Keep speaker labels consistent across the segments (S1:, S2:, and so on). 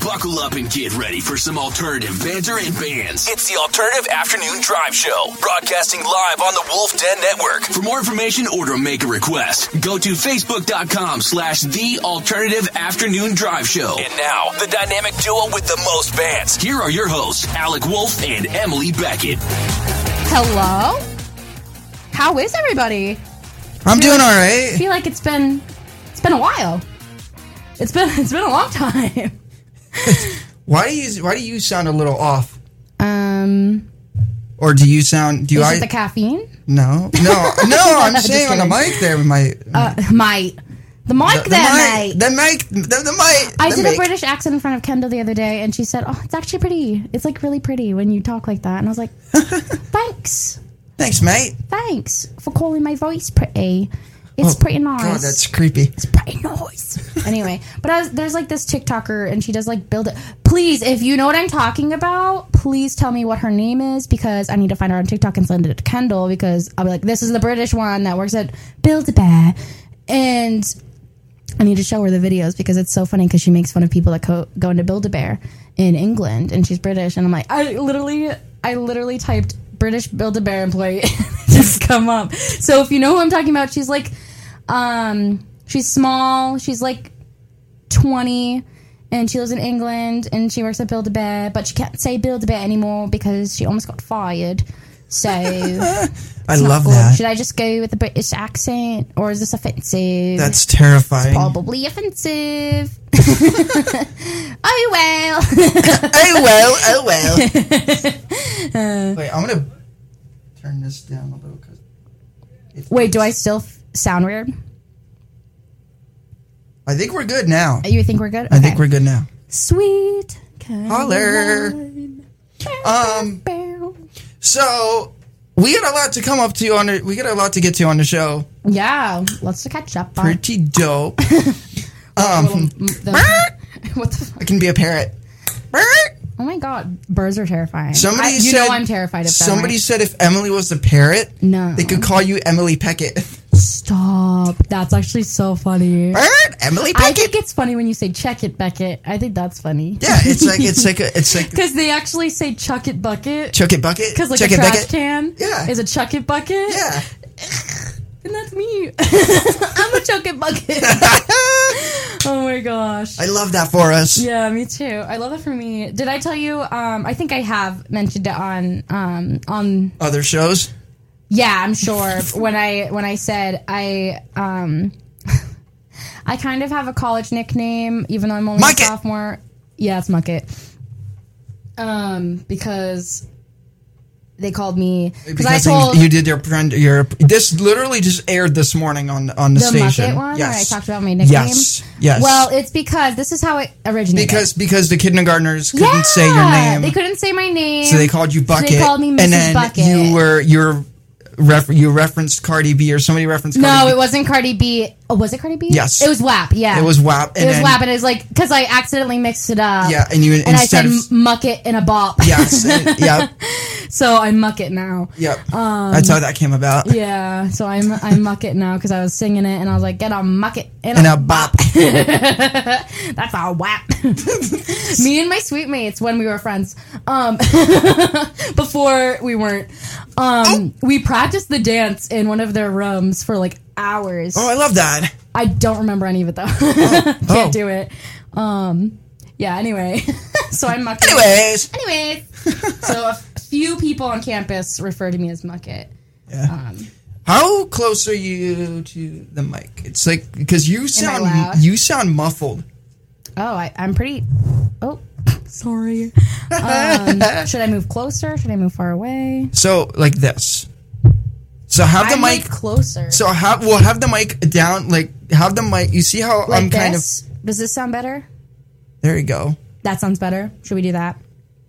S1: Buckle up and get ready for some alternative banter and bands. It's the Alternative Afternoon Drive Show, broadcasting live on the Wolf Den Network. For more information or to make a request, go to facebook.com slash the Alternative Afternoon Drive Show. And now, the dynamic duo with the most bands. Here are your hosts, Alec Wolf and Emily Beckett.
S2: Hello? How is everybody?
S3: I'm doing all
S2: I
S3: right.
S2: feel like it's been it's been a while. It's been it's been a long time.
S3: Why do you Why do you sound a little off?
S2: Um
S3: Or do you sound? Do
S2: is
S3: I?
S2: it the caffeine?
S3: no, no, no. I'm
S2: Just
S3: saying on the
S2: kidding.
S3: mic there with my
S2: Uh my the mic
S3: the,
S2: there,
S3: mic,
S2: mate.
S3: the mic, the, the mic.
S2: I
S3: the
S2: did
S3: mic.
S2: a British accent in front of Kendall the other day and she said, Oh, it's actually pretty. It's like really pretty when you talk like that and I was like Thanks.
S3: Thanks, mate.
S2: Thanks for calling my voice pretty. It's
S3: Oh,
S2: pretty nice.
S3: God, that's creepy.
S2: It's pretty nice. anyway, but I was, there's like this TikToker, and she does like build it. Please, if you know what I'm talking about, please tell me what her name is because I need to find her on TikTok and send it to Kendall because I'll be like, this is the British one that works at Build a Bear, and I need to show her the videos because it's so funny because she makes fun of people that co- go into Build a Bear in England, and she's British, and I'm like, I literally, I literally typed British Build a Bear employee, It just come up. So if you know who I'm talking about, she's like, um, she's small, she's like 20, and she lives in England, and she works at Build a Bear, but she can't say Build a Bear anymore because she almost got fired. So
S3: I love
S2: should
S3: that.
S2: I just go with the British accent, or is this offensive?
S3: That's terrifying.
S2: probably offensive. oh well.
S3: oh well, oh well. Wait, I'm gonna turn this down a little. Cause it-
S2: Wait, do I still f- sound weird?
S3: I think we're good now.
S2: You think we're good?
S3: I think we're good now.
S2: sweet.
S3: Holler. Um.
S2: Um.
S3: So we got a lot to come up to on. The, we got a lot to get to on the show.
S2: Yeah, let's catch up on
S3: Pretty dope. Um,
S2: little-
S3: Ah!
S2: the- what the. Fuck?
S3: I can be a parrot.
S2: Oh my god, birds are terrifying.
S3: Somebody
S2: I, you
S3: said,
S2: know I'm terrified of them.
S3: Somebody
S2: right?
S3: said if Emily was a parrot,
S2: No.
S3: they could call you Emily Peckett.
S2: stop. That's actually so funny.
S3: Bird, Emily
S2: I
S3: Peckett.
S2: think it's funny when you say check it, Beckett. I think that's funny.
S3: yeah, it's like it's like a, it's like
S2: Because they actually say chuck it bucket.
S3: chuck it bucket.
S2: Because like
S3: chuck
S2: a
S3: it
S2: trash
S3: bucket.
S2: can
S3: Yeah.
S2: is a chuck it bucket.
S3: Yeah.
S2: And that's me. I'm a chuck it bucket. oh my gosh.
S3: I love that for us.
S2: yeah, me too. I love that for me. Did I tell you? Um, I think I have mentioned it on um, on
S3: Other shows.
S2: yeah, I'm sure. when I when I said I um I kind of have a college nickname, even though I'm only
S3: Muck it.
S2: a sophomore. Yeah, it's Mucket. Um, because they called me because I
S3: Because
S2: told
S3: you did your friend your this literally just aired this morning on on the,
S2: the
S3: station.
S2: Mucket one
S3: yes.
S2: where I talked about my nickname.
S3: Yes. Yes.
S2: Well, it's because this is how it originated.
S3: because because the kindergartners couldn't
S2: yeah,
S3: say your name.
S2: They couldn't say my name.
S3: So they called you
S2: they
S3: Bucket.
S2: called me Mrs.
S3: And then
S2: Bucket.
S3: you were you were ref, you referenced Cardi B or somebody referenced Cardi
S2: No,
S3: B.
S2: it wasn't Cardi B. Oh, was it Cardi B?
S3: Yes.
S2: It was WAP, yeah.
S3: It was WAP. And
S2: it was
S3: then,
S2: WAP, and it was like, because I accidentally mixed it up.
S3: Yeah, and you
S2: And I
S3: instead
S2: said
S3: of-
S2: m- muck it in a bop.
S3: Yes. and- yep.
S2: so I muck it now.
S3: Yep. That's how that came about.
S2: Um, Yeah, so I'm I muck it now because I was singing it and I was like, get a muck it in
S3: And
S2: a
S3: a bop.
S2: That's a whap. Me and my sweet mates when we were friends. Um, before we weren't.
S3: Oh.
S2: Um, we practiced the dance in one of their rooms for like hours.
S3: Oh, I love that.
S2: I don't remember any of it though. Can't
S3: oh.
S2: do it. Um, yeah. Anyway, so I'm mucket.
S3: Anyways.
S2: Anyways, so a few people on campus refer to me as Um, mucket.
S3: How close are you to the mic? It's like because you
S2: loud?
S3: sound you sound muffled.
S2: Oh, I, I'm pretty. Oh, sorry. Um, should I move closer? Should I move far away?
S3: So like this. So have
S2: I
S3: the mic.
S2: moved closer.
S3: So have we'll have the mic down. Like have the mic. You see how
S2: like
S3: I'm kind of.
S2: this. Does this sound better?
S3: There you go.
S2: That sounds better. Should we do that?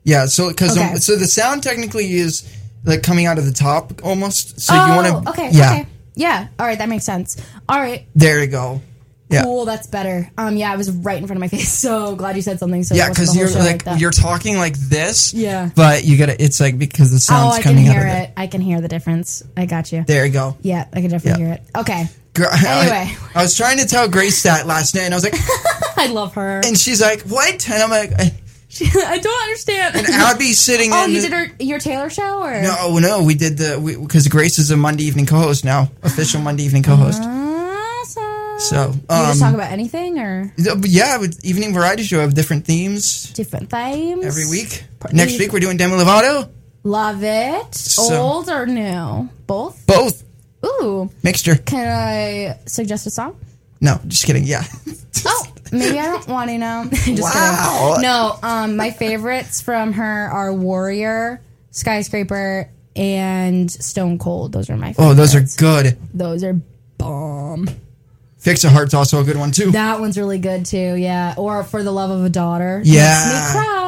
S3: Yeah, so because
S2: Okay.
S3: so the sound technically is like coming out of the top almost. So
S2: oh,
S3: you want to
S2: okay.
S3: yeah.
S2: Okay. Yeah. All right. That makes sense. All right.
S3: There you go. Yeah.
S2: Cool. That's better. Um. Yeah. It was right in front of my face. So glad you said something. So it
S3: Yeah,
S2: wasn't
S3: because
S2: the whole
S3: you're
S2: show
S3: like,
S2: that.
S3: you're talking like this.
S2: Yeah.
S3: But you gotta. It's like because the sound's
S2: Oh, I can
S3: coming out
S2: hear
S3: of it.
S2: it. I can hear the difference. I got you.
S3: There you go.
S2: Yeah, I can definitely
S3: Yeah.
S2: hear it. Okay.
S3: Gr- I-
S2: Anyway.
S3: I, was trying to tell Grace that last night, and I was like,
S2: I love her.
S3: and she's like, what? And I'm like, eh.
S2: She, I don't understand.
S3: and I'd be sitting.
S2: oh,
S3: in
S2: you
S3: the-
S2: did her, your Taylor show, or
S3: No, oh, no, we did the because Grace is a Monday evening co-host now, official Monday evening co-host.
S2: Awesome.
S3: So,
S2: Uh-huh. you
S3: um,
S2: just talk about anything or
S3: Yeah, but Yeah, with evening variety show of different themes
S2: different themes
S3: every week. Next week we're doing Demi Lovato.
S2: Love it.
S3: So-
S2: Old or new? Both.
S3: Both
S2: Ooh.
S3: mixture.
S2: Can I suggest a song?
S3: No, just kidding. Yeah,
S2: Oh, maybe I don't want to know. Just kidding.
S3: Wow.
S2: No, um, my favorites from her are Warrior, Skyscraper, and Stone Cold. Those are my favorites.
S3: Oh, those are good.
S2: Those are bomb.
S3: Fix a Heart's also a good one too.
S2: That one's really good too. Yeah. Or For the Love of a Daughter.
S3: Yeah.
S2: Makes me cry.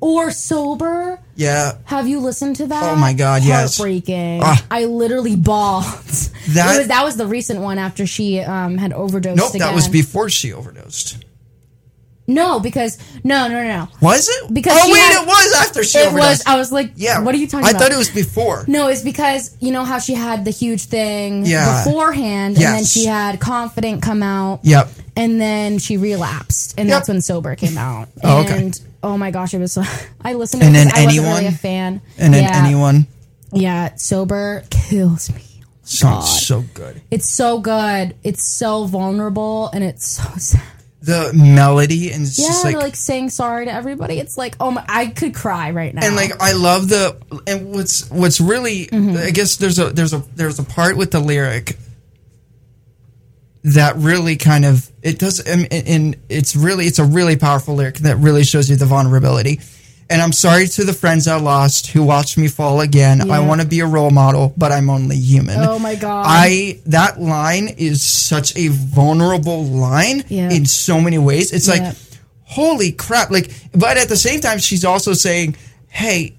S2: Or Sober.
S3: Yeah,
S2: Have you listened to that?
S3: Oh my God, yes.
S2: Heartbreaking.
S3: Ah.
S2: I literally bawled. That,
S3: That-
S2: was, that was the recent one after she um, had overdosed.
S3: nope, that was
S2: again.
S3: before she overdosed.
S2: No, because no, no, no.
S3: Was it?
S2: Because
S3: oh
S2: she
S3: wait,
S2: had-
S3: it was after she
S2: It
S3: overdosed.
S2: was. I was like,
S3: yeah,
S2: yeah. What are you talking
S3: I
S2: about?
S3: thought it was before.
S2: No, it's because you know how she had the huge thing
S3: Yeah.
S2: beforehand, and then
S3: Yes.
S2: she had confident come out.
S3: Yep.
S2: And then she relapsed, and
S3: Yep.
S2: that's when sober came out.
S3: Oh, okay.
S2: And oh my gosh, it was. so I listened. To
S3: And
S2: it
S3: then
S2: 'cause I wasn't
S3: anyone?
S2: really a fan.
S3: And then
S2: yeah.
S3: anyone.
S2: Yeah, sober kills me.
S3: Song's so good.
S2: It's so good. It's so vulnerable, and it's so sad.
S3: The melody and it's
S2: Yeah,
S3: just
S2: they're,
S3: like,
S2: like, saying sorry to everybody. It's like, oh my, I could cry right now.
S3: and like I love the and what's what's really
S2: Mm-hmm.
S3: I guess there's a there's a there's a part with the lyric that really kind of it does and, and it's really it's a really powerful lyric that really shows you the vulnerability. And I'm sorry to the friends I lost who watched me fall again. I
S2: Yeah.
S3: want to be a role model, but I'm only human.
S2: Oh my God.
S3: I that line is such a vulnerable line
S2: Yeah.
S3: in so many ways. It's like
S2: Yeah.
S3: holy crap like but at the same time she's also saying hey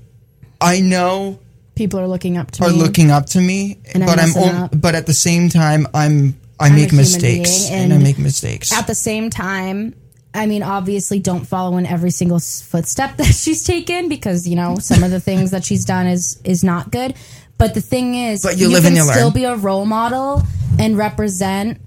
S3: i know
S2: people are looking up to
S3: are
S2: me.
S3: looking up to me
S2: Mm-hmm. And I'm
S3: but i'm
S2: messing
S3: on-
S2: up.
S3: but at the same time i'm i
S2: a
S3: make
S2: human
S3: mistakes
S2: being
S3: and, i
S2: and
S3: make mistakes
S2: at the same time i mean obviously don't follow in every single s- footstep that she's taken because you know some of the things that she's done is is not good but the thing is
S3: But you live
S2: can
S3: and you learn.
S2: still be a role model and represent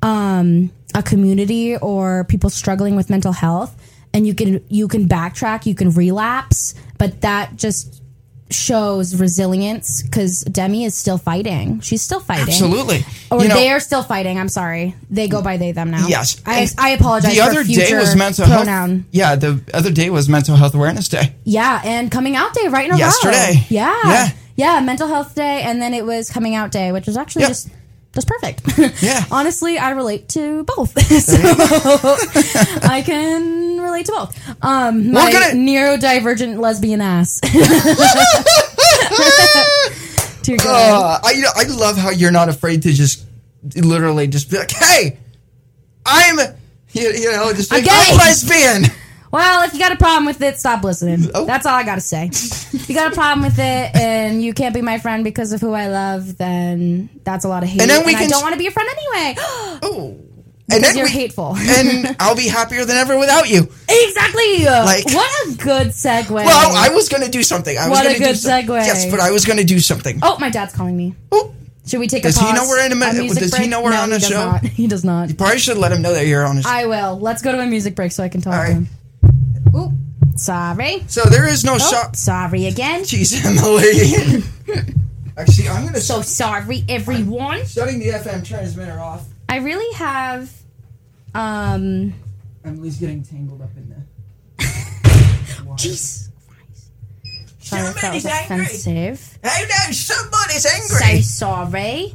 S2: um, a community or people struggling with mental health and you can you can backtrack you can relapse but that just shows resilience because demi is still fighting she's still fighting
S3: absolutely
S2: or
S3: you know
S2: they are still fighting. I'm sorry. They go by they them now.
S3: yes
S2: I,
S3: And
S2: I apologize.
S3: the other
S2: for future
S3: day was mental
S2: pronoun.
S3: health yeah the other day was mental health awareness day
S2: Yeah, and coming out day right in a row.
S3: Yesterday.
S2: Yeah.
S3: Yeah.
S2: yeah, Mental health day, and then it was coming out day, which was actually
S3: Yeah.
S2: just just perfect.
S3: Yeah.
S2: Honestly, I relate to both, so I can relate to both. Um, my
S3: gonna-
S2: neurodivergent lesbian ass. Dear God.
S3: uh, I, you know, I love how you're not afraid to just literally just be like hey i'm you, you know just like,
S2: gay.
S3: i'm lesbian
S2: Well, if you got a problem with it, stop listening.
S3: Oh.
S2: That's all I gotta say. if you got a problem with it and you can't be my friend because of who I love, then that's a lot of hate.
S3: And
S2: And,
S3: then we
S2: I
S3: can-
S2: don't want to be your friend anyway.
S3: oh and
S2: Because
S3: then
S2: you're
S3: we-
S2: hateful.
S3: and I'll be happier than ever without you.
S2: exactly.
S3: Like-
S2: what a good segue.
S3: Well, I was going to do something. I was
S2: What a
S3: gonna do
S2: good
S3: some-
S2: segue.
S3: Yes, but I was going to do something.
S2: oh, my dad's calling me.
S3: Oh,
S2: Should we take
S3: Does
S2: a
S3: he
S2: pause?
S3: know we're in a min-
S2: music
S3: does he
S2: break?
S3: know we're
S2: No,
S3: on
S2: he
S3: a
S2: does
S3: show?
S2: Not. He does not.
S3: probably should let him know that you're on. His-
S2: I will. Let's go to a music break so I can talk
S3: right.
S2: to him. Ooh, sorry.
S3: so there is no
S2: Oh,
S3: shop.
S2: sorry again.
S3: Jeez, Emily. Actually, I'm going to
S2: So sorry, everyone.
S3: shutting the FM transmitter off.
S2: I really have. Um.
S3: Emily's getting tangled up in there.
S2: Jesus Christ. Sorry if that was
S3: Somebody's angry.
S2: offensive.
S3: Hey, no, somebody's
S2: So
S3: angry.
S2: sorry.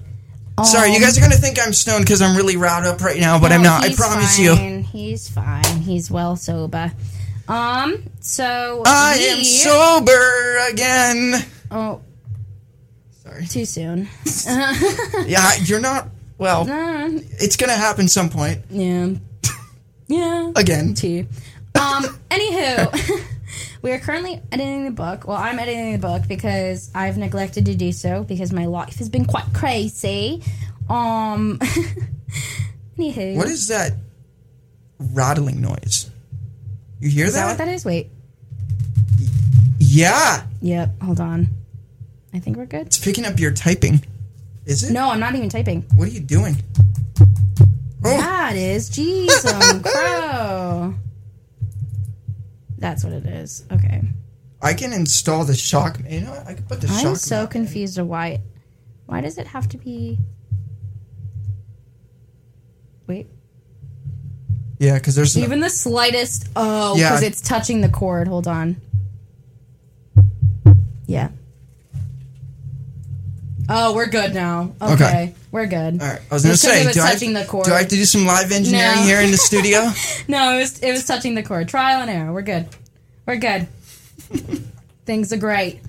S2: Um,
S3: Sorry, you guys are going to think I'm stoned because I'm really riled up right now, but I'm not. I promise you.
S2: He's fine. He's well sober. Um, so
S3: I
S2: we-
S3: am sober again.
S2: Oh,
S3: Sorry.
S2: too soon.
S3: Yeah, you're not. Well, it's going to happen some point.
S2: Yeah. Yeah.
S3: Again.
S2: tea. Um, anywho, we are currently editing the book. Well, I'm editing the book because I've neglected to do so because my life has been quite crazy. Um, anywho,
S3: What is that rattling noise? You hear
S2: Is that
S3: that?
S2: what that is? Wait,
S3: Yeah,
S2: yep. Hold on. I think we're good.
S3: it's picking up your typing. Is it?
S2: No, I'm not even typing.
S3: What are you doing? Oh,
S2: That is Jesus Crow. That's what it is. Okay.
S3: I can install the shock. You know, what? I can put the shock.
S2: I'm so
S3: mount in.
S2: confused of why. Why does it have to be? Wait.
S3: Yeah, because there's no-
S2: Even the slightest. Oh,
S3: Yeah.
S2: because it's touching the cord. Hold on. Yeah. Oh, we're good now. Okay,
S3: Okay.
S2: we're good.
S3: All right, I was gonna
S2: Just 'cause
S3: say,
S2: it was
S3: do I,
S2: touching the cord.
S3: do I have to do some live engineering
S2: No.
S3: here in the studio?
S2: No, it was it was touching the cord. Trial and error. We're good. We're good. Things are great.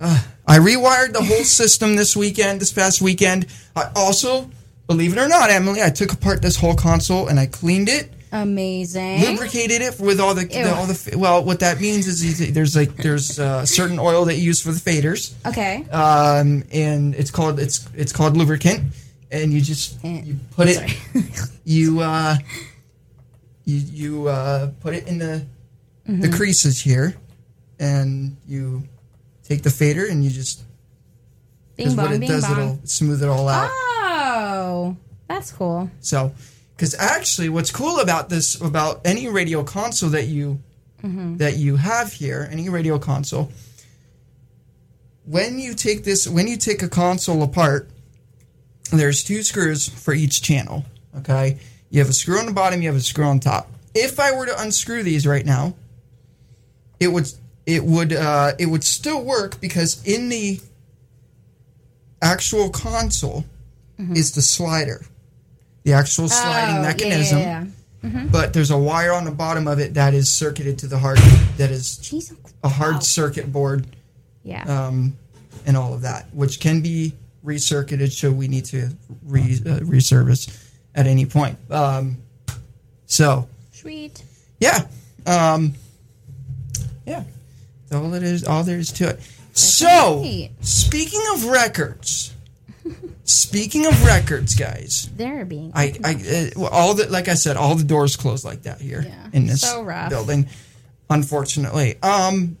S3: I rewired the whole system this weekend, this past weekend. I also, believe it or not, Emily, I took apart this whole console and I cleaned it,
S2: Amazing.
S3: lubricated it with all the,
S2: Hmm? Ew.
S3: the all the. Well, what that means is you- there's like there's uh, certain oil that you use for the faders.
S2: Okay.
S3: um, and it's called it's it's called lubricant, and you just
S2: Eh,
S3: you put it
S2: sorry.
S3: you uh, you you uh, put it in the
S2: Mm-hmm.
S3: the creases here, and you take the fader and you just
S2: Bing
S3: what
S2: bong,
S3: it
S2: bing
S3: does
S2: bong. Ah.
S3: it'll smooth it all out.
S2: Oh, that's cool.
S3: So because actually, what's cool about this about any radio console that you
S2: Mm.
S3: that you have here, any radio console. When you take this, when you take a console apart, there's two screws for each channel. Okay, you have a screw on the bottom, you have a screw on top. If I were to unscrew these right now, it would it would uh, it would still work because in the actual console is the slider, the actual sliding
S2: Mm-hmm. Oh, yeah,
S3: mechanism.
S2: Yeah, yeah,
S3: But there's a wire on the bottom of it that is circuited to the hard that is
S2: Jeez,
S3: a hard
S2: wow.
S3: circuit board
S2: Yeah.
S3: um, and all of that, which can be recircuited should we need to re, uh, reservice at any point. Um, so,
S2: Sweet.
S3: yeah, um, yeah, that's all it is, all there is to it. So,
S2: great.
S3: speaking of records, speaking of records, guys,
S2: They're being.
S3: I, I, uh, well, all the, like I said, all the doors closed like that here
S2: Yeah.
S3: in this
S2: So rough.
S3: building, unfortunately. Um,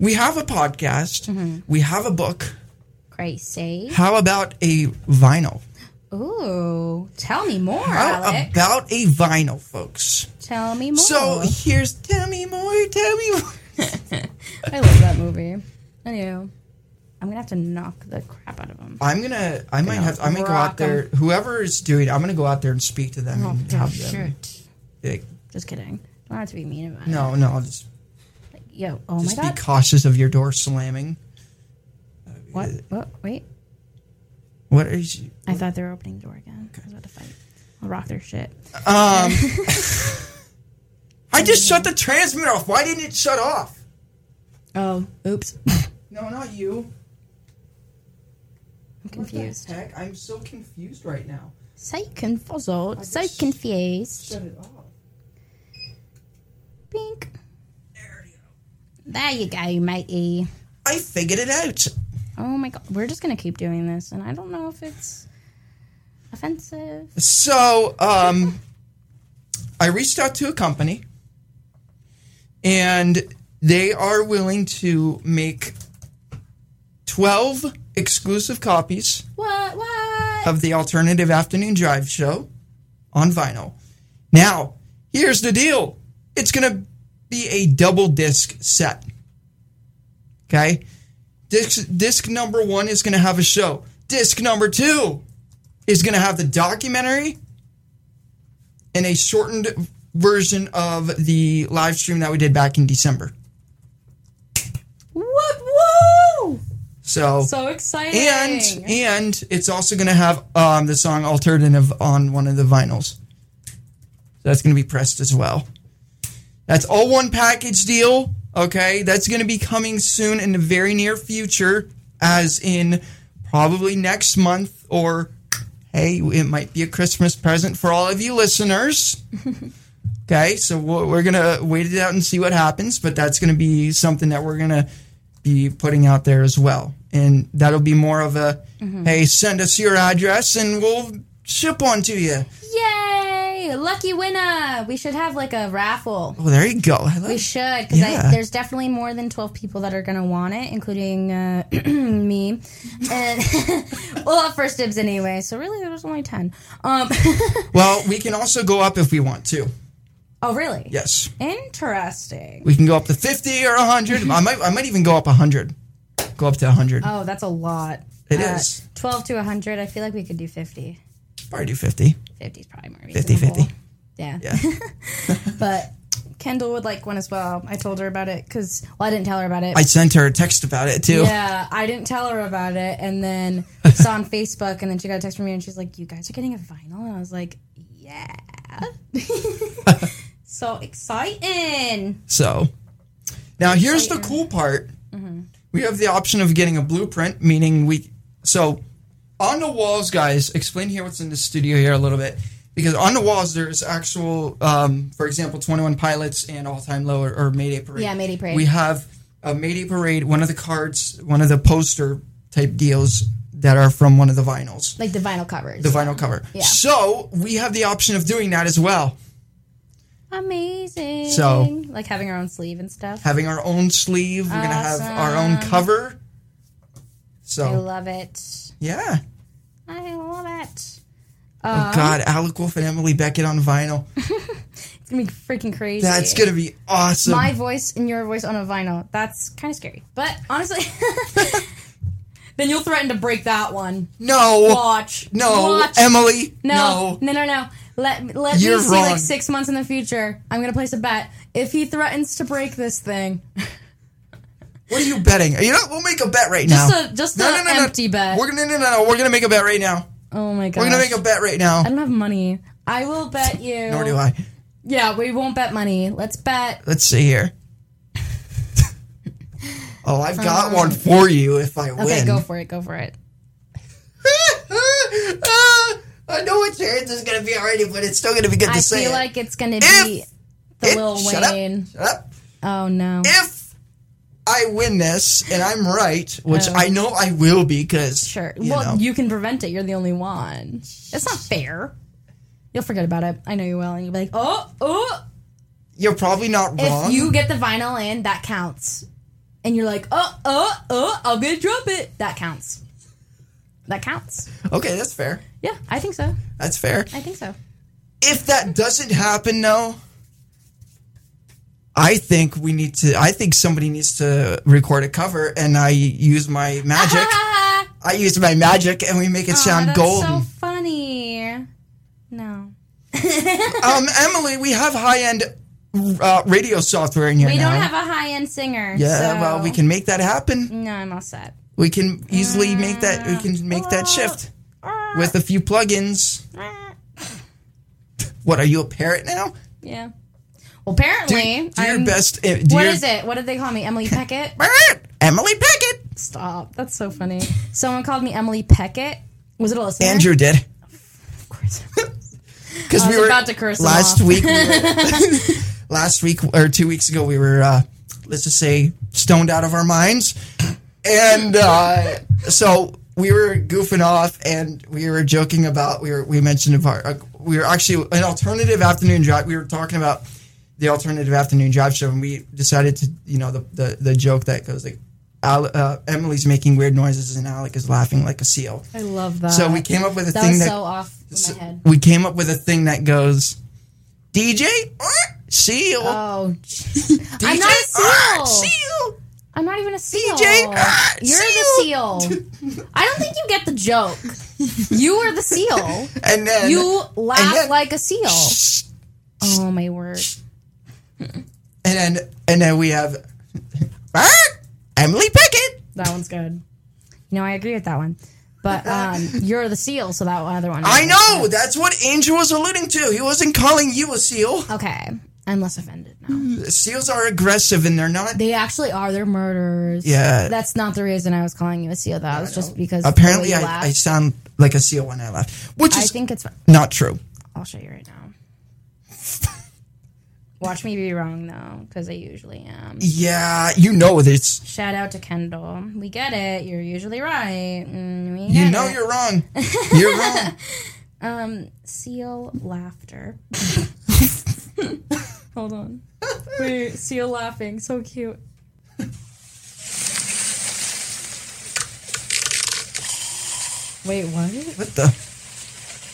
S3: we have a podcast,
S2: Mm-hmm.
S3: we have a book.
S2: crazy.
S3: How about a vinyl?
S2: Ooh, tell me more,
S3: How
S2: Alec.
S3: about a vinyl, folks?
S2: Tell me more.
S3: um, So here's tell me more, tell me more.
S2: I love that movie. I do. I'm gonna have to knock the crap out of him.
S3: I'm gonna, I might
S2: Gonna
S3: have, I'm gonna go
S2: rock
S3: out there. Whoever is doing, it, I'm gonna go out there and speak to them
S2: Oh,
S3: and
S2: damn
S3: have Mm, them.
S2: shit.
S3: Like,
S2: Just kidding. Don't have to be mean about it.
S3: no, no, I'll just
S2: Yo. Oh
S3: just
S2: my
S3: be
S2: god.
S3: cautious of your door slamming.
S2: what? What? Wait.
S3: What are you?
S2: I thought they were opening the door again. I was about to fight. I'll rock their shit.
S3: Um, I just shut the transmitter off. Why didn't it shut off?
S2: Oh, oops.
S3: No, not you.
S2: I'm confused.
S3: What the heck? I'm so confused right now.
S2: So confused. So
S3: just-
S2: confused.
S3: Shut it off.
S2: Pink. There you go, matey.
S3: I figured it out.
S2: Oh my god, we're just gonna keep doing this, and I don't know if it's offensive.
S3: So, um, I reached out to a company, and they are willing to make twelve exclusive copies
S2: What? What?
S3: of the Alternative Afternoon Drive show on vinyl. Now, here's the deal it's going to be a double disc set. Okay? Disc, disc number one is going to have a show, disc number two is going to have the documentary and a shortened version of the live stream that we did back in December.
S2: What? Woo!
S3: So,
S2: So exciting!
S3: and and it's also going to have um, the song alternative on one of the vinyls so that's going to be pressed as well that's all one package deal okay that's going to be coming soon in the very near future as in probably next month or hey it might be a christmas present for all of you listeners okay so we're we're going to wait it out and see what happens but that's going to be something that we're going to be putting out there as well. And that'll be more of a
S2: Mm-hmm.
S3: hey, send us your address and we'll ship one to you.
S2: Yay! lucky winner. We should have like a raffle.
S3: Well, Oh, there you go. I like
S2: We should because
S3: Yeah.
S2: there's definitely more than twelve people that are gonna want it, including uh, me. And well, at first dibs anyway. So really, there was only ten. Um.
S3: Well, we can also go up if we want to.
S2: oh, really?
S3: Yes,
S2: Interesting.
S3: we can go up to fifty or hundred. I might, I might even go up hundred. Go up to hundred.
S2: Mm-hmm. Oh, that's a lot. It
S3: It
S2: is
S3: is.
S2: twelve to hundred. I feel like we could do fifty.
S3: Probably do fifty.
S2: 50 is probably more
S3: 50,
S2: reasonable.
S3: 50.
S2: Yeah.
S3: Yeah.
S2: But Kendall would like one as well. I told her about it because, well, I didn't tell her about it.
S3: I sent her a text about it too.
S2: yeah, I didn't tell her about it. And then I saw on Facebook, and then she got a text from me, and she's like, You guys are getting a vinyl? And I was like, Yeah. so exciting.
S3: So now here's the cool part.
S2: Mm-hmm.
S3: We have the option of getting a blueprint, meaning we. So on the walls, guys, explain here what's in the studio here a little bit. Because on the walls, there's actual, um, for example, 21 Pilots and All Time Low or, or Mayday Parade.
S2: Yeah, Mayday Parade.
S3: We have a Mayday Parade, one of the cards, one of the poster type deals that are from one of the vinyls,
S2: Like the vinyl covers.
S3: the vinyl cover.
S2: Yeah.
S3: So we have the option of doing that as well.
S2: Amazing.
S3: So-
S2: like having our own sleeve and stuff.
S3: having our own sleeve. We're gonna have our own cover.
S2: I
S3: So
S2: love it.
S3: yeah.
S2: I love it. Uh,
S3: Oh God, Alec Wolf and Emily Beckett on vinyl.
S2: It's going to be freaking crazy.
S3: That's gonna be awesome.
S2: my voice and your voice on a vinyl. That's kind of scary. But honestly, then you'll threaten to break that one.
S3: no,
S2: Watch.
S3: no,
S2: Watch.
S3: Emily,
S2: No.
S3: no.
S2: No. No. No. Let let
S3: You're
S2: me see
S3: wrong.
S2: like six months in the future. I'm gonna place a bet. If he threatens to break this thing,
S3: What are you betting? You know, what? we'll make a bet right
S2: Just
S3: now.
S2: a- just a empty bet.
S3: We're gonna no, no, no. We're gonna make a bet right now.
S2: oh my god,
S3: We're gonna make a bet right now.
S2: I don't have money. I will bet you.
S3: Nor do I.
S2: Yeah, we won't bet money. Let's bet.
S3: Let's see here. oh, I've got one for you if I win.
S2: Uh-huh. Okay, go for it. Go for it.
S3: Ah, I know what your answer's gonna be already, but it's still gonna be good to
S2: I
S3: say.
S2: feel
S3: it.
S2: like it's gonna
S3: If
S2: be
S3: It-
S2: the Lil
S3: shut up,
S2: Wayne.
S3: shut up.
S2: Oh no.
S3: If I win this and I'm right, which I know I will be, because
S2: Oh. Sure.
S3: you
S2: well,
S3: know.
S2: you can prevent it. You're the only one. That's not fair. You'll forget about it. I know you will. And you'll be like, oh, oh.
S3: you're probably not
S2: If
S3: wrong.
S2: you get the vinyl in, that counts. And you're like, oh, oh, oh, I'm going to drop it. That counts. That counts.
S3: okay, that's fair.
S2: Yeah, I think so.
S3: That's fair.
S2: I think so.
S3: If that doesn't happen, though. I think we need to. I think somebody needs to record a cover, and I use my magic. I use my magic, and we make
S2: Aw,
S3: it sound
S2: that's
S3: golden.
S2: so funny. No.
S3: Um, Emily, we have high end uh, radio software in here
S2: We
S3: now.
S2: don't have a high end singer.
S3: yeah,
S2: so-
S3: well, we can make that happen.
S2: No, I'm all set.
S3: We can easily make that.
S2: Mm.
S3: We can make that shift
S2: uh,
S3: with a few plugins. What are you a parrot now?
S2: Yeah. Well, apparently,
S3: Do your
S2: I'm-
S3: best. uh, Do
S2: What
S3: your-
S2: is it? What did they call me? Emily Peckett?
S3: Parrot! Emily Pickett.
S2: Stop. That's so funny. Someone called me Emily Peckett. Was it a listener?
S3: Andrew did
S2: Of course.
S3: because
S2: I
S3: we
S2: was
S3: were
S2: about to curse him
S3: last
S2: off.
S3: week. We were, last week or two weeks ago, we were uh, let's just say stoned out of our minds, and uh, so we were goofing off, and we were joking about we were we mentioned about uh, we were actually an alternative afternoon drive. We were talking about the alternative afternoon drive show, and we decided to you know the the, the joke that goes like. Al, uh, Emily's making weird noises and Alec is laughing like a seal.
S2: I love that.
S3: So we came up with a
S2: that
S3: thing
S2: was
S3: that
S2: so off in my head.
S3: we came up with a thing that goes uh, DJ or seal.
S2: Oh,
S3: DJ
S2: I'm not a
S3: or
S2: seal.
S3: seal.
S2: I'm not even a seal.
S3: DJ, ah,
S2: You're the seal. I don't think you get the joke. You are the seal.
S3: And then
S2: You laugh
S3: and then-
S2: like a seal. Oh my word.
S3: and then and then we have "Arr, Emily Pickett.
S2: That one's good. You know, I agree with that one. But um, you're the seal, so that other one.
S3: I know that's what Angel was alluding to. He wasn't calling you a seal.
S2: Okay. I'm less offended now.
S3: Seals are aggressive and they're not.
S2: They actually are. They're murderers.
S3: Yeah.
S2: That's not the reason I was calling you a seal, though. It was just because.
S3: Apparently,
S2: the way you
S3: I, I
S2: laugh.
S3: sound like a seal when I laugh, which
S2: I
S3: is
S2: think it's.
S3: not true.
S2: I'll show you right now. Watch me be wrong, though, because I usually am.
S3: Yeah, you know this.
S2: Shout out to Kendall. We get it. You're usually right. Mm, we
S3: You
S2: get
S3: know
S2: it.
S3: you're wrong. You're wrong.
S2: Um, seal laughter. Hold on. Wait, seal laughing. So cute. Wait, what?
S3: What the?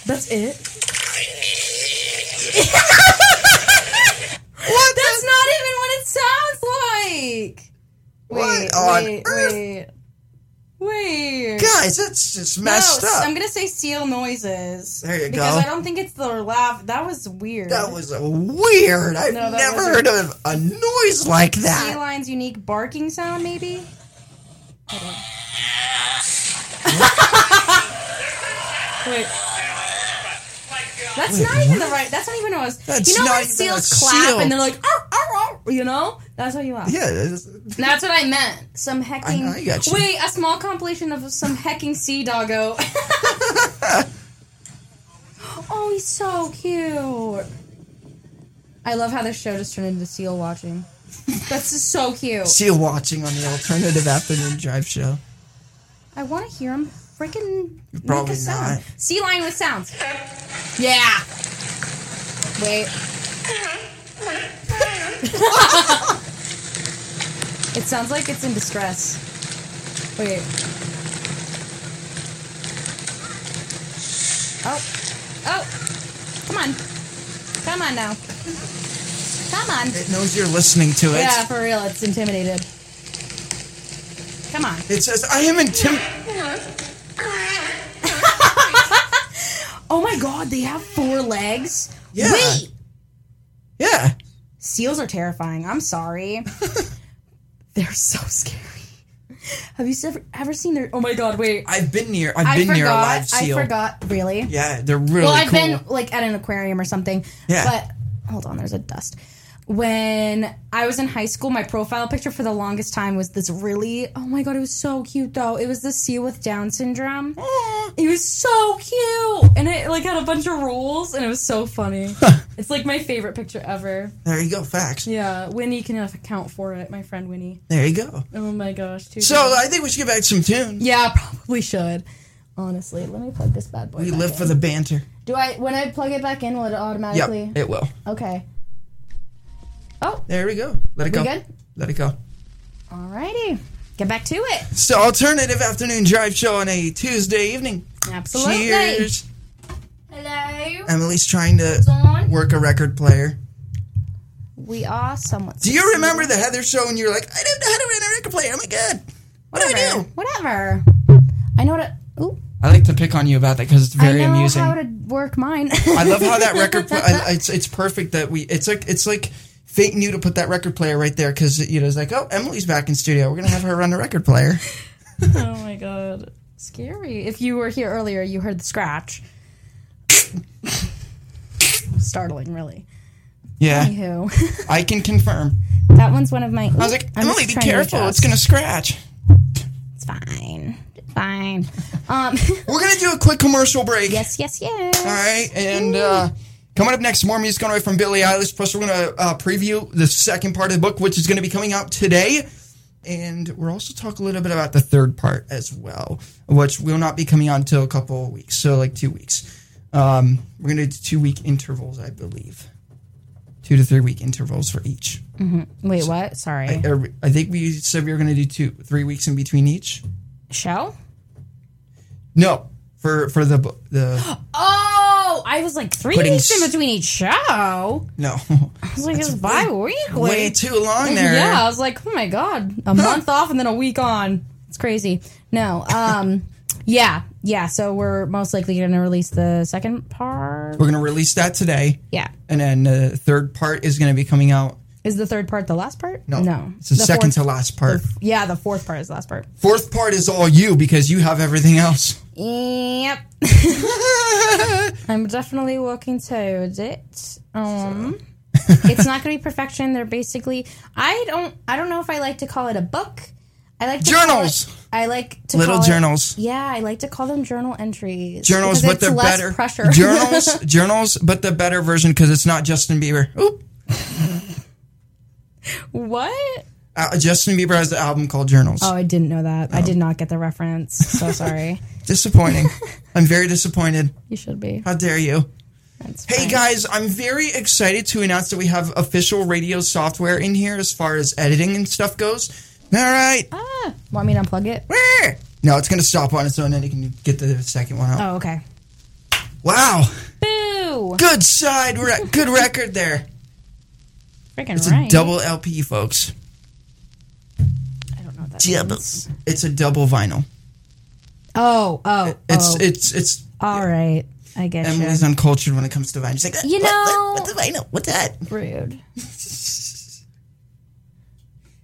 S2: That's it?
S3: What?
S2: That's not even what it sounds like!
S3: What
S2: Wait,
S3: on
S2: wait,
S3: earth?
S2: wait. Wait.
S3: the, guys, that's just messed
S2: no,
S3: up.
S2: I'm gonna say seal noises.
S3: There you
S2: because
S3: go.
S2: I don't think it's the laugh. That was weird.
S3: that was a weird. I've
S2: No, that
S3: never
S2: wasn't-
S3: heard of a noise like
S2: sea
S3: that.
S2: lion's unique barking sound, maybe. Hold on. Wait. That's not even the right. That's not even what I was.
S3: That's
S2: you know
S3: not
S2: when
S3: even
S2: seals
S3: a
S2: clap
S3: seal.
S2: and they're like, "Arr, arr, arr," you know, that's how you laugh.
S3: Yeah, that's-
S2: That's what I meant. Some hecking.
S3: I got you.
S2: Wait, a small compilation of some hecking sea doggo. oh, he's so cute. I love how this show just turned into seal watching. That's just so cute.
S3: see you watching on the alternative afternoon drive show.
S2: I want to hear him freaking make
S3: Probably
S2: a sound.
S3: not.
S2: Sea lion with sounds. Yeah. Wait. it sounds like it's in distress. Wait. Oh. Oh. Come on. Come on now. Come on.
S3: It knows you're listening to it.
S2: Yeah, for real. It's intimidated. Come on.
S3: It says, "I am intim."
S2: Oh my god, they have four legs?
S3: Yeah.
S2: Wait!
S3: Yeah,
S2: Seals are terrifying. I'm sorry. They're so scary. Have you ever, ever seen their. Oh my god, wait.
S3: I've been near. I've
S2: I
S3: been
S2: forgot.
S3: near a live seal.
S2: I forgot. Really?
S3: Yeah, they're really
S2: well, I've
S3: cool.
S2: been like at an aquarium or something.
S3: Yeah.
S2: But hold on, there's a dust. When I was in high school, my profile picture for the longest time was this really. Oh my god, it was so cute though. It was the seal with Down syndrome. It was so cute, and it like had a bunch of rules, and it was so funny. it's like my favorite picture ever.
S3: There you go. Facts.
S2: Yeah, Winnie can account for it. My friend Winnie.
S3: There you go.
S2: Oh my gosh. Too
S3: So uh,
S2: cute.
S3: I think we should get back to some tunes.
S2: yeah, probably should. Honestly, let me plug this bad boy.
S3: We
S2: back
S3: live for
S2: in.
S3: the banter.
S2: Do I when I plug it back in, will it
S3: Yep,
S2: automatically?
S3: it will.
S2: Okay. Oh,
S3: There we go. Let it go.
S2: good?
S3: Let it go.
S2: alrighty. Get back to it.
S3: So, alternative afternoon drive show on a Tuesday evening.
S2: Absolutely. Uh,
S3: Cheers.
S2: Hello.
S3: Emily's trying to
S2: On.
S3: work a record player.
S2: We are somewhat.
S3: Do you remember the Heather show and you're like, I don't know how to run a record player. Oh my god. What do I
S2: Whatever.
S3: do?
S2: Whatever. I know what. Ooh,
S3: I like to pick on you about that because it's very
S2: I know
S3: amusing.
S2: how to work mine.
S3: I love how that record. Pl- I, it's it's perfect that we. It's like it's like fake new to put that record player right there because you know it's like oh Emily's back in studio. We're gonna have her run a record player.
S2: oh my god, scary! If you were here earlier, you heard the scratch. Startling, really.
S3: Yeah,
S2: Anywho,
S3: I can confirm.
S2: that one's one of my.
S3: I was like
S2: I'm
S3: Emily,
S2: just
S3: be
S2: trying to
S3: careful. It's
S2: adjust.
S3: gonna scratch.
S2: It's fine. It's fine. Um.
S3: We're gonna do a quick commercial break.
S2: yes. Yes. Yes.
S3: All right, and uh, coming up next, more music on the way from Billie Eilish. Plus, we're gonna uh, preview the second part of the book, which is gonna be coming out today. And we'll also talk a little bit about the third part as well, which will not be coming out until a couple of weeks, so like two weeks. Um, we're gonna do two week intervals, I believe, two to three week intervals for each.
S2: Wait. What? Sorry.
S3: Every- I think we said we were gonna do two, three weeks in between each.
S2: Show?
S3: No, for for the bo- the
S2: Oh, I was like three
S3: Putting
S2: weeks in
S3: s-
S2: between each show. I
S3: no,
S2: was like, it's bi-weekly.
S3: way too long there.
S2: Yeah, I was like, oh my god, a month off and then a week on. It's crazy. No, um, yeah, yeah. So we're most likely going to release the second part.
S3: We're gonna release that today.
S2: Yeah,
S3: And then the third part is going to be coming out.
S2: is the third part the last part?
S3: No,
S2: no,
S3: It's the, second to
S2: fourth-
S3: last part.
S2: Yeah, the fourth part is the last part.
S3: Fourth part is all you because you have everything else.
S2: Yep. I'm definitely working towards it. Um, it's not going to be perfection. They're basically. I don't. I don't know if I like to call it a book. I like to call
S3: Journals!
S2: it- I like to
S3: Little
S2: call it-
S3: journals.
S2: yeah, I like to call them journal entries.
S3: Journals,
S2: because
S3: but
S2: it's
S3: the
S2: less
S3: better
S2: pressure.
S3: journals, journals, but the better version because it's not Justin Bieber. Oop.
S2: what?
S3: Uh, Justin Bieber has an album called Journals.
S2: Oh, I didn't know that. I did not get the reference. So sorry.
S3: Disappointing. I'm very disappointed.
S2: You should be.
S3: How dare you?
S2: That's
S3: Hey
S2: fine.
S3: guys, I'm very excited to announce that we have official radio software in here as far as editing and stuff goes. All right.
S2: Ah, want me to unplug it?
S3: Where? No, it's going to stop on its own and you can get the second one out.
S2: Oh, okay.
S3: Wow.
S2: Boo!
S3: Good side. Re- good record there.
S2: Freaking
S3: It's
S2: right.
S3: a double LP, folks.
S2: I don't know what that
S3: Double.
S2: means.
S3: It's a double vinyl.
S2: Oh, oh,
S3: It's
S2: oh.
S3: it's it's
S2: All right. I get
S3: Emily's
S2: you.
S3: uncultured when it comes to vinyl. She's like,
S2: You
S3: "What- what-
S2: know-
S3: what's a vinyl? What's that?
S2: Rude.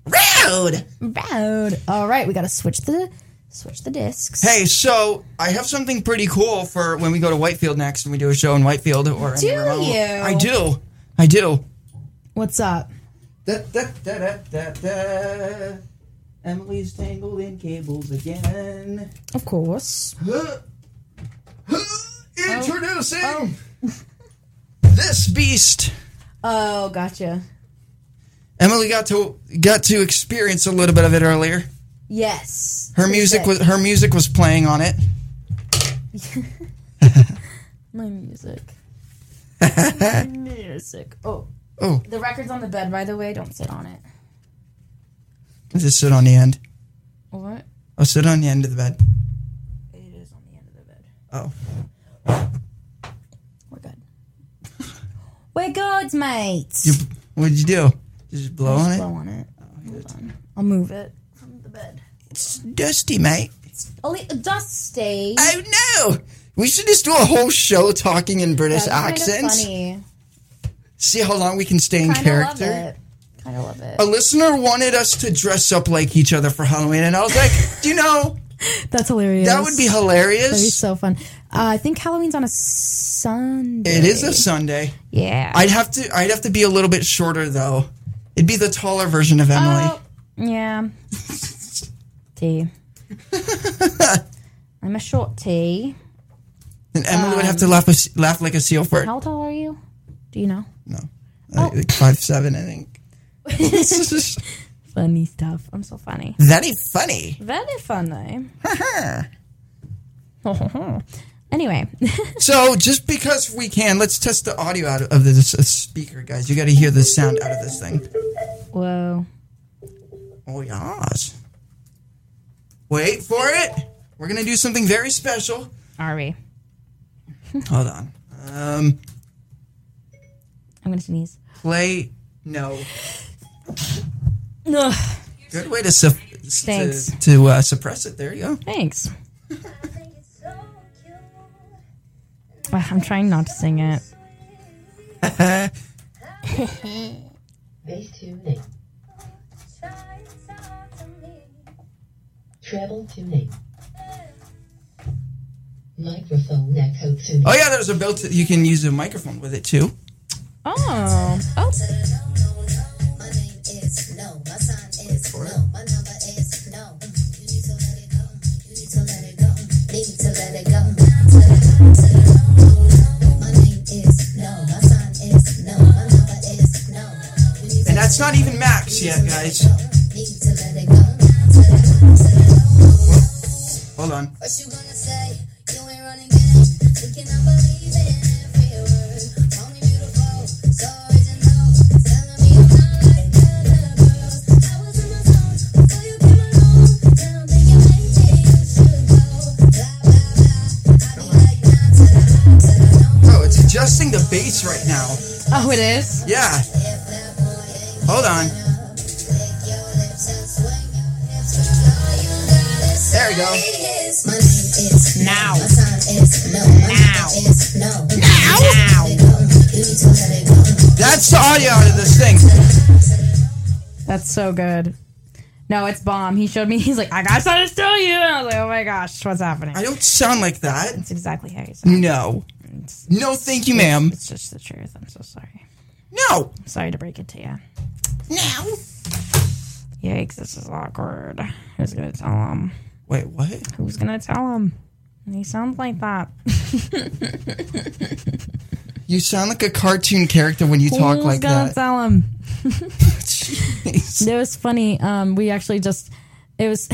S3: Road.
S2: Rude. All right, we gotta switch the switch the discs.
S3: Hey, so I have something pretty cool for when we go to Whitefield next and we do a show in Whitefield or
S2: Do
S3: anywhere else.
S2: you?
S3: I do. I do.
S2: What's up?
S3: Da, da, da, da, da, da. Emily's tangled in cables again.
S2: Of course.
S3: Introducing this beast.
S2: Oh, gotcha.
S3: Emily got to got to experience a little bit of it earlier.
S2: Yes.
S3: Her
S2: Pretty
S3: music
S2: sick.
S3: was her music was playing on it.
S2: my music. music. Oh,
S3: Oh,
S2: the record's on the bed. By the way, don't sit on it.
S3: I'll just sit on the end.
S2: What?
S3: I'll sit on the end of the bed.
S2: It is on the end of the bed.
S3: Oh,
S2: We're good. We're good, mate.
S3: you, what'd you do? Just blow on
S2: Blow
S3: it? Oh,
S2: on it. Hold on. I'll move it from the bed.
S3: It's dusty, mate.
S2: Only dusty.
S3: Oh no! We should just do a whole show talking in British accents.
S2: Kind
S3: See how long we can stay in
S2: of
S3: character.
S2: love it. Kind of love it.
S3: A listener wanted us to dress up like each other for Halloween, and I was like, "Do you know
S2: That's hilarious.
S3: that would be
S2: That'd be
S3: hilarious?"
S2: so fun. Uh, I think Halloween's on a Sunday.
S3: It is a Sunday.
S2: yeah.
S3: I'd have to. I'd have to be a little bit shorter though. It'd be the taller version of Emily.
S2: Oh, yeah. T. I'm a short T.
S3: and Emily would have to
S2: um,
S3: laugh a, laugh like a seal for it.
S2: How tall are you? Do you know?
S3: No, like five seven, I think.
S2: Funny stuff. I'm so funny.
S3: Very funny.
S2: Very funny. anyway,
S3: So just because we can, let's test the audio out of this uh, speaker, guys. You got to hear the sound out of this thing.
S2: whoa.
S3: Oh yes. Wait for it. We're gonna do something very special.
S2: Are we?
S3: Hold on. Um,
S2: I'm gonna sneeze.
S3: play. No.
S2: Ugh.
S3: Good way to sup-
S2: Thanks.
S3: to, to uh, suppress it. There you go.
S2: Thanks. Ugh, I'm trying not to sing it.
S4: Base tuning. Treble tuning. Microphone echo tuning.
S3: Oh yeah, there's a built. You can use a microphone with it too.
S2: Oh. Oh.
S3: And that's not even max yet, guys. Hold on.
S5: What you gonna say? You ain't running game. Thinking I believe in every word. Call me beautiful, so original. Telling me I'm not like the other girls. I was in my zone before you came along. Now I'm thinking maybe you should go. Blah blah blah. I be like nah to the nah to the no.
S3: Oh, it's adjusting the bass right now.
S2: Oh, it is.
S3: Yeah.
S5: If that boy ain't
S3: Hold on.
S5: enough, lick your lips and swing your hips. All you gotta say
S3: There we go.
S5: is my name is
S2: Now.
S5: My sign is no. My
S2: Now.
S5: name is no.
S2: Ow.
S3: That's the audio out of this thing.
S2: That's so good. No, it's bomb. He showed me. He's like, I got something to tell you. And I was like, Oh my gosh, what's happening?
S3: I don't sound like that.
S2: That's exactly how you sound.
S3: No. No, thank you, ma'am.
S2: It's just the truth. I'm so sorry.
S3: No.
S2: I'm sorry to break it to you.
S3: Now.
S2: Yikes, this is awkward. Who's gonna tell him?
S3: Wait, what?
S2: Who's gonna tell him? He sounds like that.
S3: You sound like a cartoon character when you talk
S2: Who's
S3: like
S2: gonna
S3: that.
S2: tell him?
S3: Jeez.
S2: It was funny. Um, we actually just, it was,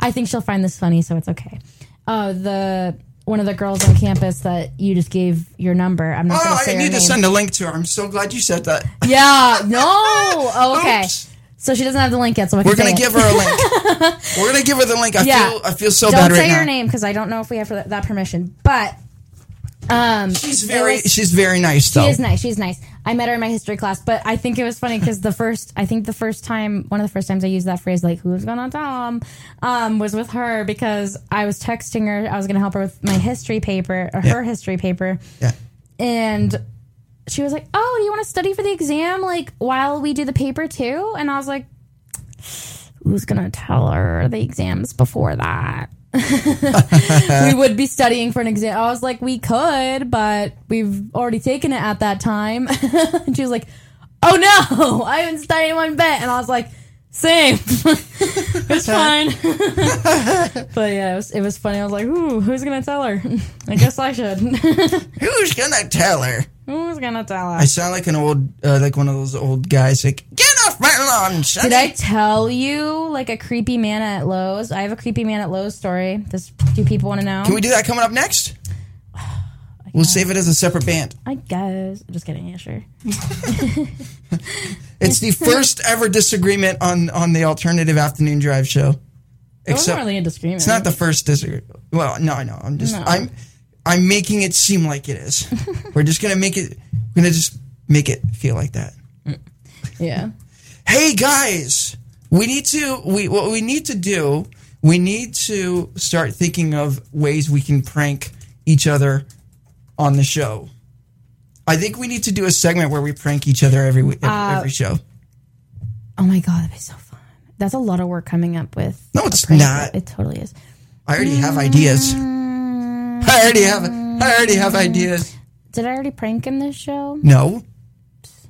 S2: I think she'll find this funny, so it's okay. Oh, the one of the girls on campus that you just gave your number. I'm not
S3: Oh,
S2: gonna say
S3: I
S2: her
S3: need
S2: name.
S3: to send a link to her. I'm so glad you said that.
S2: yeah, no. Oh, okay.
S3: Oops.
S2: So she doesn't have the link yet. So I
S3: We're
S2: can
S3: gonna
S2: say it.
S3: give her a link. We're gonna give her the link. I
S2: Yeah.
S3: feel I feel so
S2: Don't
S3: bad
S2: say
S3: right
S2: her
S3: now.
S2: name because I don't know if we have that, that permission. But um,
S3: She's very
S2: It was-
S3: she's very nice though.
S2: She is nice. She's nice. I met her in my history class, but I think it was funny because the first, I think the first time, one of the first times I used that phrase, like "Who's gonna Tom," um, was with her because I was texting her. I was gonna help her with my history paper or her history paper,
S3: Yeah.
S2: and she was like, "Oh, do you want to study for the exam? Like while we do the paper too?" And I was like, "Who's gonna tell her the exams before that?" we would be studying for an exam. I was like, "We could, but we've already taken it at that time." and she was like, "Oh no, I haven't studied one bit." And I was like, "Same, it's fine." but yeah, it was it was funny. I was like, "Ooh, who's gonna tell her?" I guess I should.
S3: Who's gonna tell her?
S2: who's gonna tell her?
S3: I sound like an old uh, like one of those old guys like get off my lawn.
S2: Did I tell you like a creepy man at Lowe's? I have a creepy man at Lowe's story. Does do people want to know?
S3: Can we do that coming up next? We'll save it as a separate band.
S2: I guess. I'm just kidding. Yeah, sure.
S3: It's the first ever disagreement on on the alternative afternoon drive show.
S2: It wasn't
S3: Except
S2: really a disagreement.
S3: it's not the first disagreement. Well, no, I know. I'm just
S2: No.
S3: I'm I'm making it seem like it is. We're just gonna make it. We're gonna just make it feel like that.
S2: yeah.
S3: hey guys, we need to we what we need to do, we need to start thinking of ways we can prank each other on the show. I think we need to do a segment where we prank each other every every, every show.
S2: Oh my god, that'd be so fun. That's a lot of work coming up with.
S3: No,
S2: a
S3: it's
S2: prank.
S3: not.
S2: It totally is.
S3: I already have ideas. I already have I already have ideas.
S2: Did I already prank in this show?
S3: No.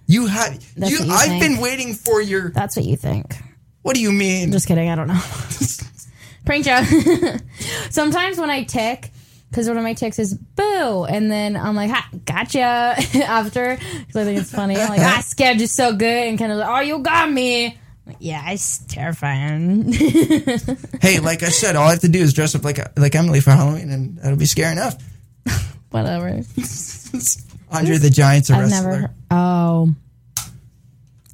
S3: You had
S2: That's
S3: you,
S2: what you
S3: I've
S2: think.
S3: been waiting for your
S2: That's what you think.
S3: what do you mean?
S2: Just kidding. I don't know. Prank job. Sometimes when I tick, because one of my ticks is boo, and then I'm like, ha, gotcha. After, because I think it's funny. I'm like,
S3: Uh-huh.
S2: ah, scared you so good, and kind of like, oh, you got me. I'm like, yeah, it's terrifying.
S3: hey, like I said, all I have to do is dress up like like Emily for Halloween and that'll be scary enough.
S2: Whatever.
S3: Andre the Giant's a
S2: I've
S3: wrestler.
S2: never. Heard, oh,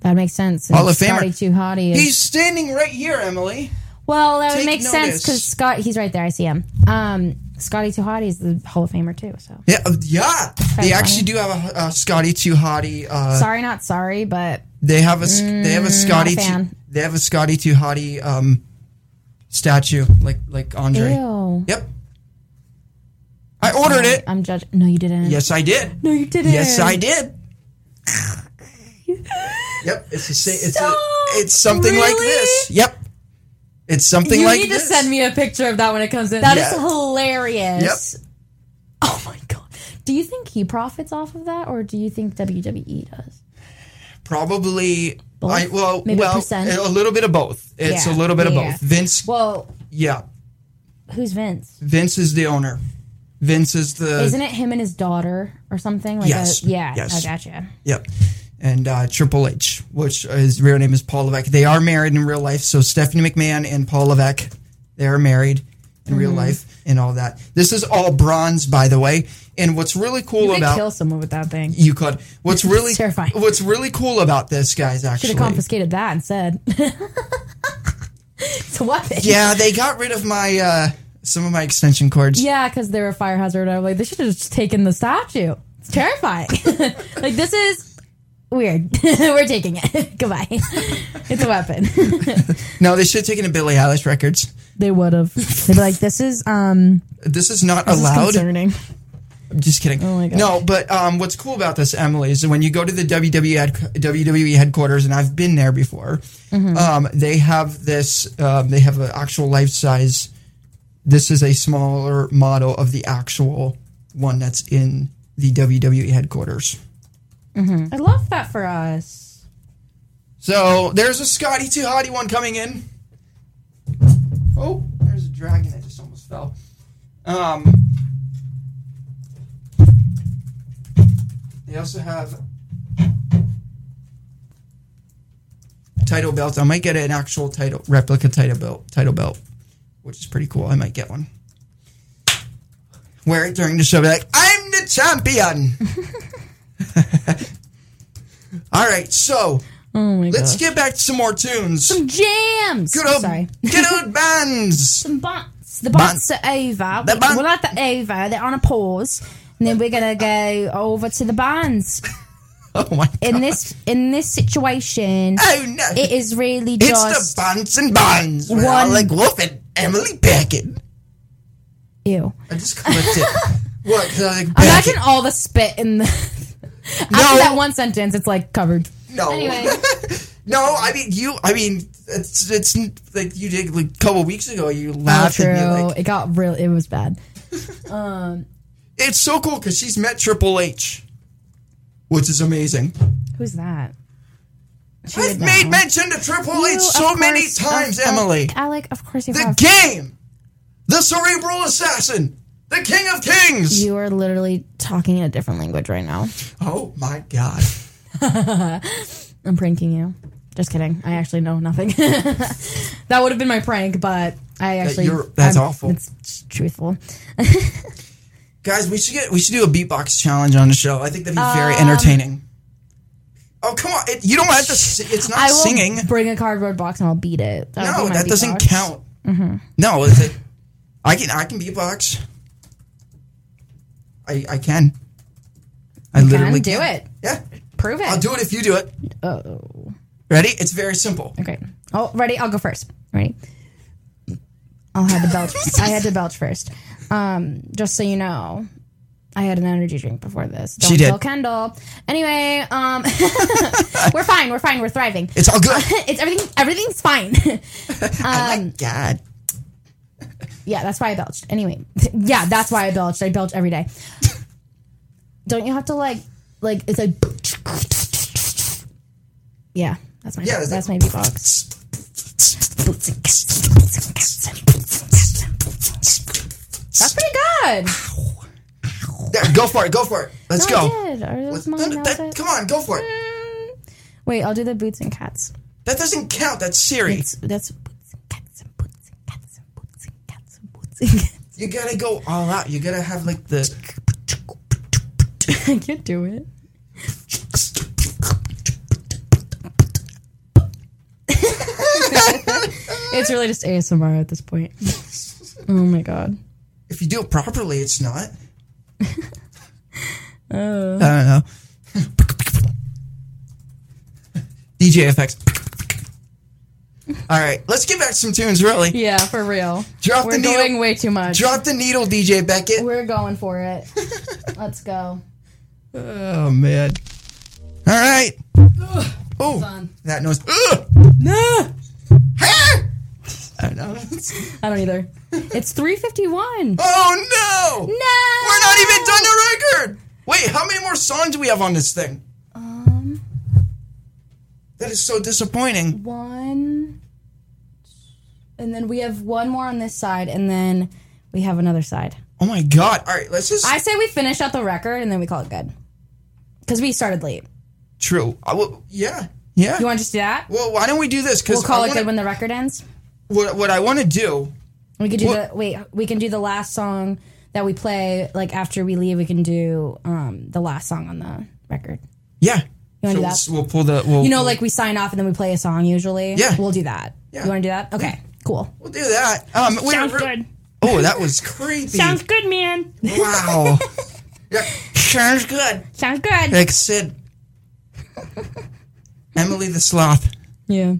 S2: that makes sense.
S3: Hall of Famer.
S2: Scotty Too Hottie. Is,
S3: He's standing right here, Emily.
S2: well, that would
S3: Take
S2: make sense
S3: notice.
S2: because Scott. He's right there. I see him. Um, Scotty Too Hottie is the Hall of Famer too. So
S3: Yeah, uh, yeah.
S2: Very
S3: They actually
S2: funny.
S3: do have a, a Scotty Too Hottie. Uh,
S2: sorry, not sorry, but
S3: They have a s- they have a Scotty
S2: not a
S3: Too-
S2: fan.
S3: they have a Scotty Too Hottie um, statue like like Andre.
S2: ew.
S3: Yep. I ordered it.
S2: I'm judging. No, you didn't.
S3: Yes, I did.
S2: No, you didn't.
S3: Yes, I did. yep, it's a, sa- it's a,
S2: Stop.
S3: it's something like
S2: Really?
S3: this. Yep, it's something
S2: You
S3: like
S2: need
S3: this.
S2: to send me a picture of that when it comes in. That is
S3: Yeah.
S2: hilarious. Oh my god. Do you think he profits off of that, or do you think WWE does?
S3: probably.
S2: Both?
S3: I, well,
S2: Maybe a
S3: well,
S2: percent?
S3: a little bit of both. It's
S2: Yeah,
S3: a little bit
S2: yeah.
S3: of both. Vince,
S2: Well,
S3: yeah,
S2: who's Vince?
S3: Vince is the owner. Vince is the
S2: Isn't it him and his daughter or something? Like
S3: Yes.
S2: A, yeah.
S3: Yes.
S2: I gotcha.
S3: yep, and uh, Triple H, which his real name is Paul Levesque. They are married in real life. So Stephanie McMahon and Paul Levesque, they are married in
S2: Mm-hmm.
S3: real life and all that. This is all bronze, by the way. And what's really cool
S2: You could
S3: about
S2: kill someone with that thing.
S3: you could what's really
S2: terrifying.
S3: what's really cool about this, guys,
S2: Should
S3: actually.
S2: have confiscated that instead. it's a weapon.
S3: yeah, they got rid of my uh, some of my extension cords.
S2: Yeah, because they're a fire hazard. I'm like, they should have just taken the statue. It's terrifying. like this is weird. We're taking it. Goodbye. it's a weapon.
S3: No, they should have taken a Billie Eilish records.
S2: they would have. They'd be like, this is um
S3: This is not
S2: this is
S3: allowed.
S2: concerning.
S3: Just kidding.
S2: Oh my gosh.
S3: No, but um, what's cool about this, Emily, is when you go to the E WWE, ad- WWE headquarters, and I've been there before.
S2: Mm-hmm.
S3: Um, they have this. Um, they have an actual life size. This is a smaller model of the actual one that's in the WWE headquarters.
S2: I love that for us.
S3: So there's a Scotty Too Hottie one coming in. Oh, there's a dragon that just almost fell. Um, they also have title belts. I might get an actual title replica title belt, title belt, which is pretty cool. I might get one. wear it during the show. Be like, I'm the champion. All right, so
S2: Oh my
S3: let's get back to some more tunes.
S2: Jams.
S3: good old,
S2: Sorry.
S3: good old bands.
S2: Some bunts. The bunts are over.
S3: The bun-
S2: We're at the over. They're on a pause. And then we're gonna go over to the buns.
S3: Oh my!
S2: In this in this situation,
S3: Oh no!
S2: it is really
S3: it's
S2: just
S3: the buns and buns. One
S2: one-
S3: like Wolf and Emily Beckett.
S2: ew.
S3: I just clicked it. What? 'Cause I like Beckett?
S2: Imagine all the spit in the after
S3: No.
S2: that one sentence. It's like covered.
S3: No. no, I mean you. I mean it's it's like you did like a couple weeks ago. You laughed
S2: True.
S3: at me like
S2: it got real. It was bad.
S3: it's so cool because she's met Triple H, which is amazing.
S2: Who's that? She
S3: I've
S2: would
S3: made
S2: know.
S3: mention to Triple
S2: You,
S3: H
S2: of
S3: so many
S2: course,
S3: times,
S2: of- of-
S3: Emily.
S2: Alec, of course you
S3: the
S2: have.
S3: game, the cerebral assassin, the king of kings.
S2: you are literally talking in a different language right now.
S3: oh my god!
S2: I'm pranking you. Just kidding. I actually know nothing. that would have been my prank, but I actually
S3: you're- that's
S2: I'm-
S3: awful.
S2: It's t- truthful.
S3: Guys, we should get we should do a beatbox challenge on the show. I think that'd be very
S2: Um,
S3: entertaining. Oh come on! It, you don't have to. s- It's not
S2: I will
S3: singing.
S2: bring a cardboard box and I'll beat it. That'll
S3: No,
S2: be my
S3: that doesn't
S2: beatbox. Mm-hmm.
S3: count. No, it's a, I can I can beatbox. I I can. I
S2: can?
S3: literally
S2: Do
S3: can.
S2: it.
S3: Yeah,
S2: Prove it.
S3: I'll do it if you do it.
S2: Oh,
S3: Ready? It's very simple.
S2: okay. Oh, ready? I'll go first. Ready? I'll have to belch. I had to belch first. Um, just so you know, I had an energy drink before this. Don't
S3: She did.
S2: kill Kendall. Anyway, um, we're fine. We're fine. We're thriving.
S3: It's all good.
S2: It's everything. Everything's fine.
S3: I
S2: Um,
S3: like God.
S2: Yeah, that's why I belched. Anyway, yeah, that's why I belched. I belch every day. Don't you have to like, like it's like, yeah, that's my
S3: Yeah, it's
S2: that's
S3: like-
S2: my beatbox. That's pretty good.
S3: There, go for it. Go for it. Let's
S2: No,
S3: go.
S2: I did. Or was
S3: Let's-
S2: mine,
S3: no,
S2: that
S3: that-
S2: was it?
S3: come on, go for it.
S2: Wait, I'll do the boots and cats.
S3: That doesn't count. That's Siri.
S2: It's, that's boots and cats and boots and cats and boots and cats and boots and cats.
S3: You gotta go all out. You gotta have like the.
S2: I can't do it. it's really just ASMR at this point. Oh my god.
S3: If you do it properly, it's not.
S2: Oh.
S3: I don't know. DJ effects. All right, let's get back to some tunes. Really,
S2: Yeah, for real.
S3: Drop the
S2: We're
S3: needle.
S2: going way too much.
S3: drop the needle, DJ Beckett.
S2: We're going for it. Let's go.
S3: Oh man! All right. Oh, that noise. Ugh.
S2: No,
S3: I don't know.
S2: I don't either. It's 351.
S3: Oh no!
S2: No.
S3: We're not even done the record. Wait, how many more songs do we have on this thing? Um, that is so disappointing.
S2: One. And then we have one more on this side and then we have another side.
S3: Oh my god! All right, let's just
S2: I say we finish out the record and then we call it good. Because we started late.
S3: true. I will, yeah, yeah.
S2: You want to just do that?
S3: well, why don't we do this? Because
S2: We'll call
S3: I
S2: it
S3: wanna,
S2: good when the record ends.
S3: what, what I want to do.
S2: We could do
S3: What-
S2: the wait. We can do the last song that we play. Like after we leave, we can do um, the last song on the record.
S3: Yeah.
S2: You wanna do
S3: so we'll,
S2: that?
S3: s- we'll pull the. We'll,
S2: You know, like we sign off and then we play a song. Usually,
S3: Yeah.
S2: we'll do that.
S3: Yeah.
S2: You want to do that? Okay, cool.
S3: we'll do that. Um, we
S2: Sounds
S3: re-
S2: good.
S3: Oh, that was creepy.
S2: Sounds good, man.
S3: wow. yeah, sounds good.
S2: Sounds good.
S3: Like Sid, Emily the sloth.
S2: Yeah.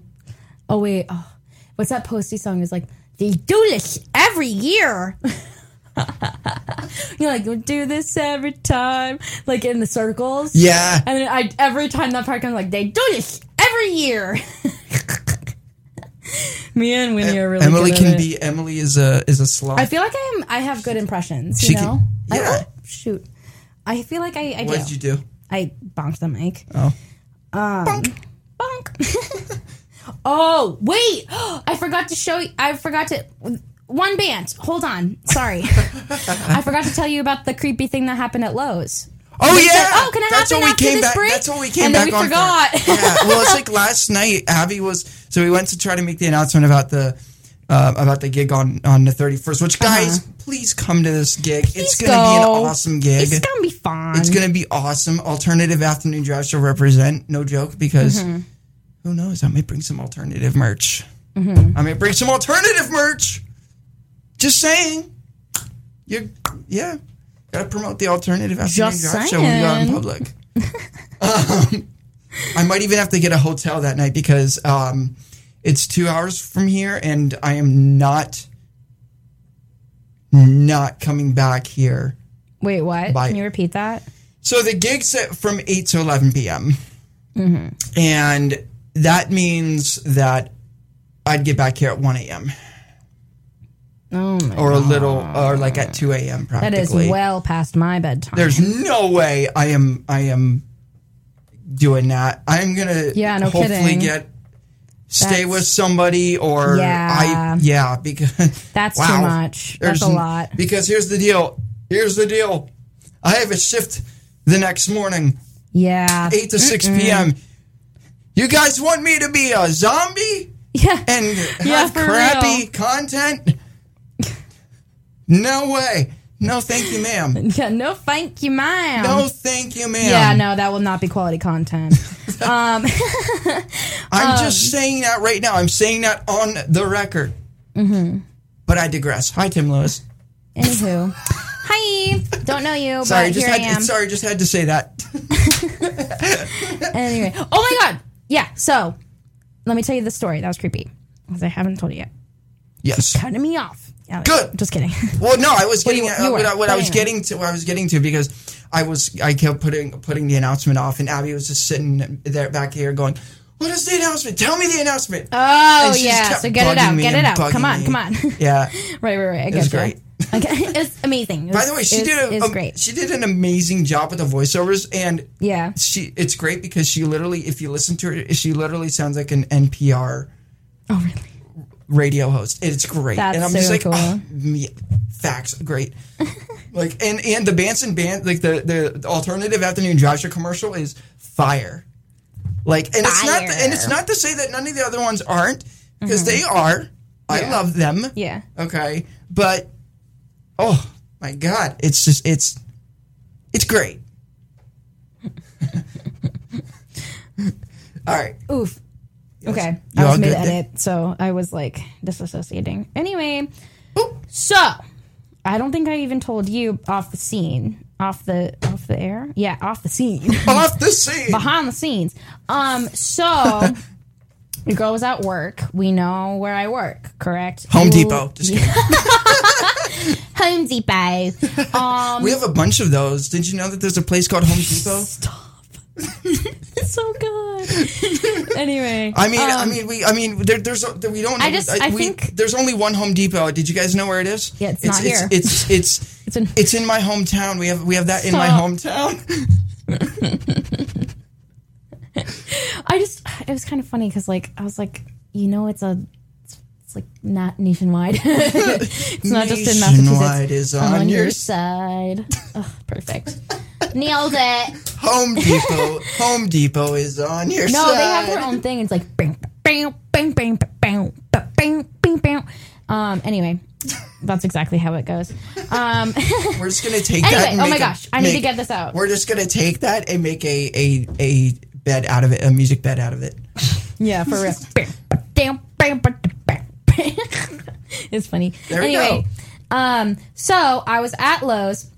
S2: Oh wait. Oh, what's that Posty song? Is like they do this every year. You're like, we do this every time, like in the circles.
S3: Yeah.
S2: And then I every time that part comes, like they do this every year. Me and Winnie are really
S3: Emily
S2: good
S3: can
S2: at it.
S3: be. Emily is a is a sloth.
S2: I feel like I am. I have good impressions.
S3: She
S2: You
S3: can-
S2: know. I-
S3: yeah.
S2: oh, shoot. I feel like I. I do.
S3: what did you do?
S2: I bonked the mic.
S3: Oh.
S2: Um, bonk. oh wait, I forgot to show. You, I forgot to. One band. Hold on. Sorry, I forgot to tell you about the creepy thing that happened at Lowe's.
S3: Oh
S2: They
S3: yeah,
S2: said, "Oh, can I
S3: that's
S2: hop in
S3: what we
S2: after
S3: came
S2: this
S3: back.
S2: break?"
S3: That's what we came
S2: And
S3: back
S2: then we
S3: on. for.
S2: forgot.
S3: yeah, well, it's like last night. Abby was so we went to try to make the announcement about the uh, about the gig on on the thirty first. Which guys, please come to this gig. it's
S2: Uh-huh. Please
S3: gonna be
S2: go.
S3: an awesome gig.
S2: It's gonna be fun.
S3: It's gonna be awesome. Alternative afternoon drive show represent. No joke, because
S2: Mm-hmm.
S3: who knows? I might bring some alternative merch.
S2: Mm-hmm.
S3: I might bring some alternative merch. Just saying. You, yeah, gotta promote the alternative afternoon
S2: Just
S3: drive show when you go out in
S2: saying.
S3: public. um, I might even have to get a hotel that night because um, it's two hours from here, and I am not not coming back here
S2: Wait, what?
S3: Bye.
S2: Can you repeat that?
S3: so the gig's at from 8 to 11 p.m.
S2: Mm-hmm.
S3: And that means that I'd get back here at 1 a.m.
S2: Oh my.
S3: or a little, or like at 2 a.m.
S2: That is
S3: practically.
S2: well past my bedtime.
S3: There's no way I am, I am doing that. I'm going to
S2: Yeah, no
S3: hopefully
S2: kidding.
S3: get, stay
S2: That's-
S3: with somebody or
S2: Yeah.
S3: I, yeah, because
S2: That's
S3: wow.
S2: too much. That's
S3: There's
S2: a
S3: n-
S2: lot.
S3: Because here's the deal. Here's the deal. I have a shift the next morning.
S2: Yeah.
S3: 8 to 6 p.m. You guys want me to be a zombie
S2: Yeah.
S3: and have
S2: Yeah, for
S3: crappy
S2: real.
S3: content? No way. No, thank you, ma'am.
S2: Yeah, no thank you, ma'am.
S3: No, thank you, ma'am.
S2: yeah, no, that will not be quality content. um,
S3: I'm
S2: uh,
S3: just saying that right now. I'm saying that on the record.
S2: Mm-hmm.
S3: But I digress. Hi, Tim Lewis.
S2: anywho. Hi. Don't know you, but
S3: Sorry, just
S2: here I
S3: had
S2: am.
S3: sorry, just had to say that.
S2: Anyway. Oh my god. Yeah, so let me tell you the story. That was creepy. Because I haven't told you yet.
S3: Yes.
S2: Cutting me off. Yeah,
S3: Good.
S2: Just kidding.
S3: Well, no, I was
S2: do
S3: getting
S2: you-
S3: what,
S2: you
S3: what,
S2: were.
S3: I, what I was
S2: Anyway.
S3: getting to. What I was getting to because I was I kept putting putting the announcement off, and Abby was just sitting there back here going, "What is the announcement? Tell me the announcement."
S2: Oh
S3: And she just
S2: yeah.
S3: kept
S2: So get it
S3: bugging
S2: out.
S3: me
S2: Get
S3: and
S2: it out.
S3: bugging
S2: Come on,
S3: me.
S2: come on.
S3: yeah.
S2: right, right, right. I
S3: was
S2: guess
S3: great.
S2: Okay. It's amazing. It
S3: By
S2: was-
S3: the way, she
S2: it's,
S3: did a,
S2: it's
S3: um,
S2: great.
S3: she did an amazing job with the voiceovers, and
S2: yeah.
S3: she it's great because she literally, if you listen to her, she literally sounds like an NPR
S2: Oh really?
S3: radio host. It's great,
S2: That's
S3: and I'm
S2: so
S3: just like,
S2: cool.
S3: "Oh, me- facts, great. like and and the Banson band, like the the, the alternative afternoon drive show commercial is fire. Like and it's not and it's not to say that none of the other ones aren't because they are. I love them.
S2: Mm-hmm. Yeah.
S3: Okay, but oh my god, it's just it's it's great. All right.
S2: Oof. Okay.
S3: You
S2: I
S3: all
S2: was made
S3: good
S2: to
S3: there?
S2: edit, so I was like disassociating. Anyway, so I don't think I even told you off the scene, off the off the air. Yeah, off the scene,
S3: Off the scene.
S2: behind the scenes. Um, so your girl was at work. We know where I work, correct?
S3: Home
S2: You-
S3: Depot. Just kidding.
S2: Home Depot.
S3: We have a bunch of those. Did you know that there's a place called Home Depot?
S2: so good. anyway,
S3: I mean, I mean, we, I mean, there, there's, a, we don't.
S2: Um, I just- I
S3: we,
S2: think-
S3: there's only one Home Depot. Did you guys know where it is?
S2: Yeah, it's not
S3: it's,
S2: here.
S3: It's, it's, it's,
S2: It's in-
S3: in my hometown. We have, we have that in my
S2: Stop.
S3: hometown.
S2: I just it was kind of funny because like I was like, you know, it's a it's like not nationwide. it's not just in Massachusetts.
S3: Nationwide is
S2: I'm
S3: on,
S2: on
S3: your
S2: your side. Ugh, perfect. Nailed it.
S3: Home Depot. Home Depot is on your
S2: No,
S3: side.
S2: they have their own thing. It's like bang, bang, bang, bang, bang, bang, bang, bang, bang. Um. Anyway, that's exactly how it goes. Um.
S3: We're just gonna take that.
S2: anyway,
S3: And
S2: oh
S3: make
S2: my
S3: a-
S2: gosh, I need to
S3: make-
S2: get this out.
S3: We're just gonna take that and make a a a bed out of it, a music bed out of it.
S2: Yeah, for real. it's funny.
S3: There we
S2: anyway, um, so I was at Lowe's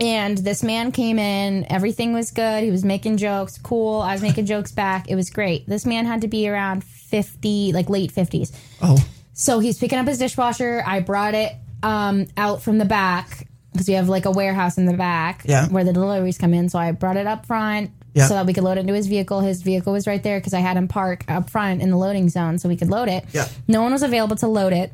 S2: and this man came in, everything was good, he was making jokes, cool, I was making jokes back, it was great. This man had to be around fifty, like late fifties.
S3: Oh,
S2: So he's picking up his dishwasher. I brought it um, out from the back because we have like a warehouse in the back
S3: Yeah.
S2: where the deliveries come in. So I brought it up front
S3: Yeah.
S2: so that we could load it into his vehicle. His vehicle was right there because I had him park up front in the loading zone so we could load it.
S3: Yeah.
S2: No one was available to load it.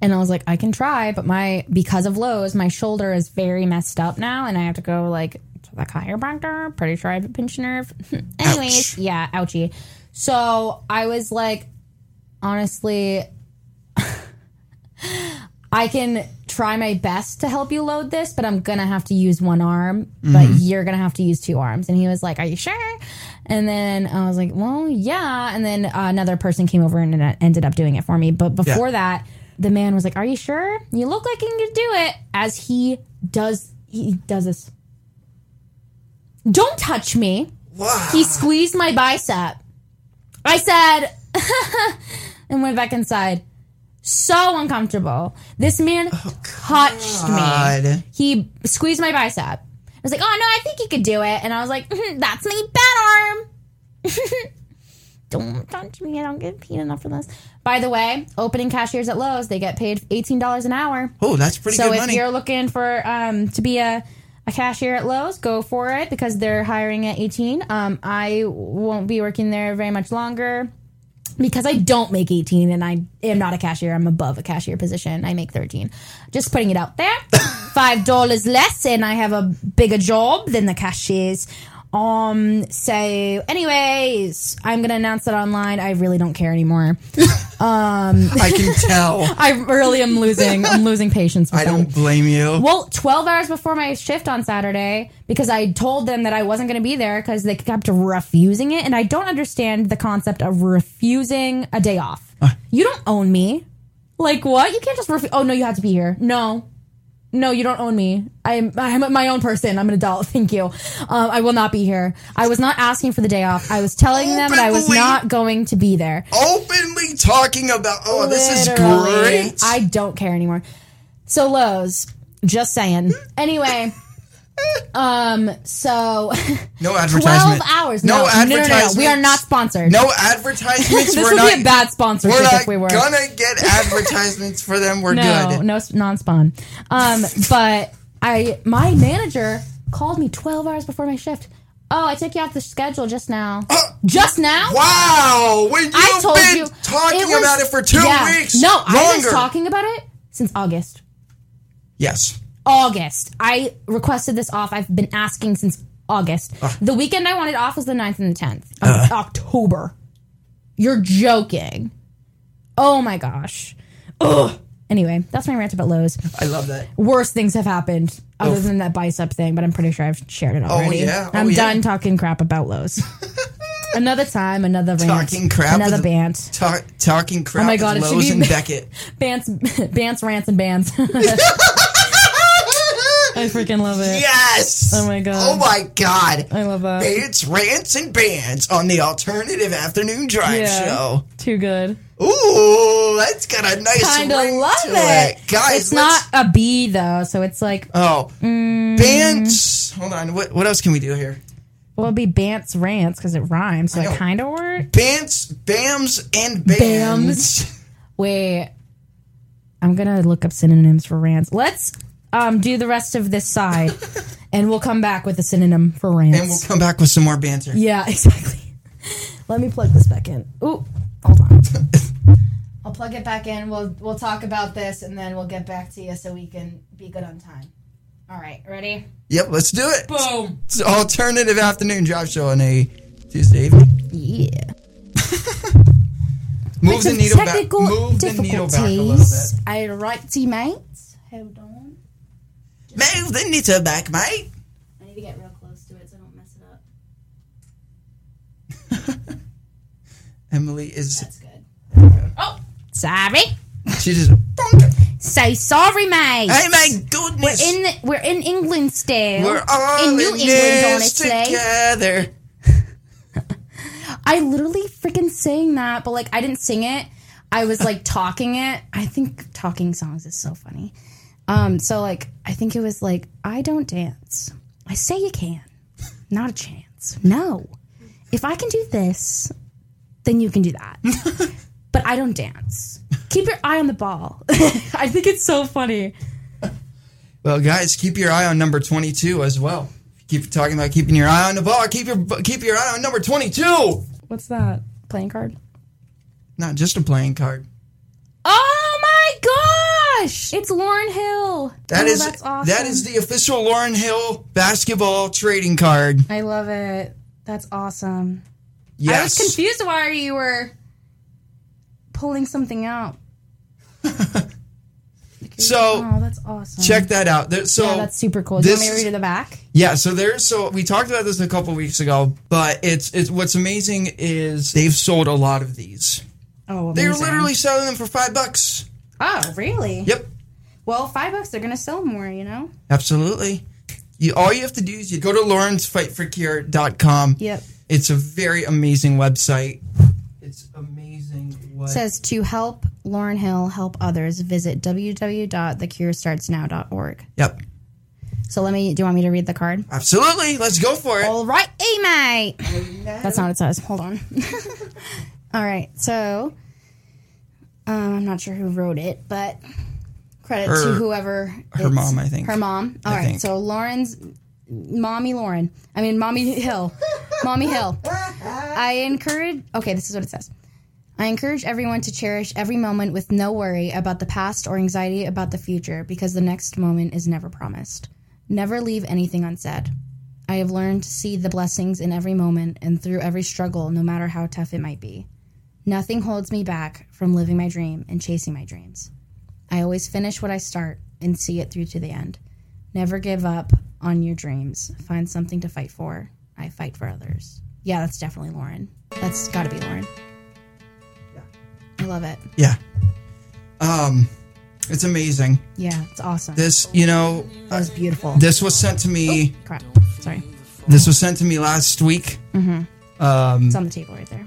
S2: And I was like, I can try, but my because of Lowe's, my shoulder is very messed up now, and I have to go like to the chiropractor. Pretty sure I have a pinched nerve. Anyways,
S3: Ouch.
S2: yeah, ouchie. So I was like, honestly, I can try my best to help you load this, but I'm gonna have to use one arm, but you're gonna have to use two arms. And he was like, Are you sure? And then I was like, Well, yeah. And then uh, another person came over and en- ended up doing it for me. But before that, the man was like, "Are you sure? You look like you can do it." As he does, he does this. Don't touch me.
S3: Wow.
S2: He squeezed my bicep. I said, and went back inside. So uncomfortable. This man touched me.
S3: God.
S2: He squeezed my bicep. I was like, oh no, I think you could do it. And I was like, "Mhm, that's my bad arm. don't touch me. I don't get paid enough for this. By the way, opening cashiers at Lowe's, they get paid $18 an hour.
S3: Oh, that's pretty
S2: So
S3: good
S2: if
S3: money.
S2: you're looking for um, to be a, a cashier at Lowe's, go for it because they're hiring at 18. Um, I won't be working there very much longer because I don't make 18 and I am not a cashier. I'm above a cashier position. I make 13. Just putting it out there. Five dollars less and I have a bigger job than the cashiers. Um, so anyways, I'm going to announce that online. I really don't care anymore.
S3: I can tell.
S2: I really am losing, I'm losing patience. With
S3: I
S2: them.
S3: don't blame you.
S2: Well, 12 hours before my shift on Saturday because I told them that I wasn't going to be there because they kept refusing it. And I don't understand the concept of refusing a day off. You don't own me. Like, what? You can't just refuse. Oh, no, you have to be here. No. No, you don't own me. I'm I'm my own person. I'm an adult. Thank you. Um, I will not be here. I was not asking for the day off. I was telling them that I was
S3: Openly.
S2: not going to be there.
S3: Openly talking about, oh, this is
S2: Literally.
S3: great.
S2: I don't care anymore. So Lowe's, just saying. Anyway, um, so
S3: no
S2: twelve
S3: advertisement.
S2: hours.
S3: No,
S2: No, no, no, no,
S3: advertisement.
S2: We are not sponsored.
S3: No advertisements.
S2: this
S3: we're
S2: would
S3: not,
S2: be a bad sponsorship
S3: We're not
S2: if we were.
S3: gonna get advertisements for them. We're
S2: no,
S3: good.
S2: no, s- non-spawn. Um, but I, my manager called me twelve hours before my shift. Oh, I took you off the schedule just now. just now.
S3: Wow, when you've
S2: I told
S3: Uh, been
S2: you
S3: talking
S2: was-
S3: about it for two
S2: yeah.
S3: weeks.
S2: No,
S3: longer.
S2: I've been talking about it since August.
S3: Yes.
S2: August. I requested this off. I've been asking since August.
S3: Ah.
S2: The weekend I wanted off was the 9th and the 10th of
S3: Uh-huh.
S2: October. You're joking. Oh my gosh. Ugh. Anyway, that's my rant about Lowe's.
S3: I love that.
S2: Worse things have happened other than that bicep thing, but I'm pretty sure I've shared it already.
S3: yeah. Oh,
S2: I'm
S3: yeah.
S2: done talking crap about Lowe's. another time, another rant.
S3: Talking crap
S2: Another
S3: with-
S2: band.
S3: Talk, talking crap.
S2: Oh my God,
S3: with
S2: it should
S3: Lowe's
S2: be-
S3: and Beckett.
S2: Bants, bants, rants, and bands. I freaking love it.
S3: yes.
S2: Oh my God.
S3: Oh my god.
S2: I love that.
S3: It's rants and bands on the alternative afternoon drive
S2: Yeah.
S3: show.
S2: Too good.
S3: Ooh, that's got a nice
S2: kind of
S3: ring
S2: love
S3: to
S2: it.
S3: guys.
S2: it's
S3: let's-
S2: not a B though, so it's like
S3: Oh,
S2: Mm.
S3: bands. Hold on. What what else can we do here?
S2: well, it'd be Bant's rants because it rhymes, so it kind of works.
S3: Bands, bams, and bands.
S2: Wait, I'm gonna look up synonyms for rants. Let's um do the rest of this side, and we'll come back with a synonym for rants.
S3: And we'll come back with some more banter.
S2: yeah, exactly. Let me plug this back in. Ooh, hold on.
S5: I'll plug it back in. We'll we'll talk about this and then we'll get back to you so we can be good on time. All right, ready?
S3: Yep, let's do it. Boom. It's an alternative afternoon drive show on a Tuesday evening.
S2: Yeah.
S3: Move the needle back.
S2: Technical
S3: Move the needle back a little bit.
S2: difficulties. All right, teammates.
S5: Hold on.
S3: Move the needle back, mate.
S5: I need to get real close to it so I don't mess it up.
S3: Emily is.
S5: That's good.
S2: Oh, Sorry,
S3: She just.
S2: so sorry, mate.
S3: Hey, my goodness.
S2: in the, we're in England still.
S3: We're all
S2: in New
S3: in
S2: England,
S3: this
S2: honestly.
S3: together.
S2: I literally freaking sang that, but like I didn't sing it. I was like talking it. I think talking songs is so funny. Um, so like I think it was like I don't dance. I say you can. Not a chance. No. If I can do this, then you can do that. but I don't dance. Keep your eye on the ball. I think it's so funny.
S3: Well, guys, keep your eye on number twenty-two as well. Keep talking about keeping your eye on the ball. Keep your keep your eye on number twenty-two.
S2: What's that? Playing card?
S3: Not just a playing card.
S2: Oh my gosh! It's Lauren Hill.
S3: That
S2: oh,
S3: is
S2: that's awesome.
S3: that is the official Lauren Hill basketball trading card.
S2: I love it. That's awesome.
S3: Yes.
S2: I was confused why you were pulling something out.
S3: So
S2: Oh, that's awesome.
S3: check that out. There- so
S2: yeah, that's super cool. Do you want
S3: this
S2: me to read it to the back?
S3: Yeah, so there's so we talked about this a couple weeks ago, but it's it's what's amazing is they've sold a lot of these.
S2: Oh,
S3: They're
S2: amazing.
S3: literally selling them for five bucks.
S2: Oh, really?
S3: Yep,
S2: Well, five bucks, they're gonna sell more, you know?
S3: absolutely. You all you have to do is you go to lawrencefightforcure.com.
S2: Yep.
S3: It's a very amazing website. It's amazing what
S2: says to help Lauren Hill help others, visit www.thecurestartsnow.org.
S3: Yep.
S2: So let me, do you want me to read the card?
S3: Absolutely. Let's go for it.
S2: All right, hey, mate. That's not what it says. Hold on. All right, so um, I'm not sure who wrote it, but credit to
S3: Her-
S2: whover.
S3: her
S2: it's-
S3: mom, I think.
S2: Her mom. All
S3: I
S2: right,
S3: think.
S2: so Lauren's mommy, Lauren. I mean, mommy Hill. mommy Hill. I encourage. Okay, this is what it says. I encourage everyone to cherish every moment with no worry about the past or anxiety about the future because the next moment is never promised. Never leave anything unsaid. I have learned to see the blessings in every moment and through every struggle, no matter how tough it might be. Nothing holds me back from living my dream and chasing my dreams. I always finish what I start and see it through to the end. Never give up on your dreams. Find something to fight for. I fight for others. Yeah, that's definitely Lauren. That's got to be Lauren. I love it.
S3: Yeah. Um it's amazing.
S2: Yeah, it's awesome.
S3: This, you know,
S2: that was beautiful.
S3: this was sent to me
S2: Crap. Sorry.
S3: this was sent to me last week
S2: It's on the table right there.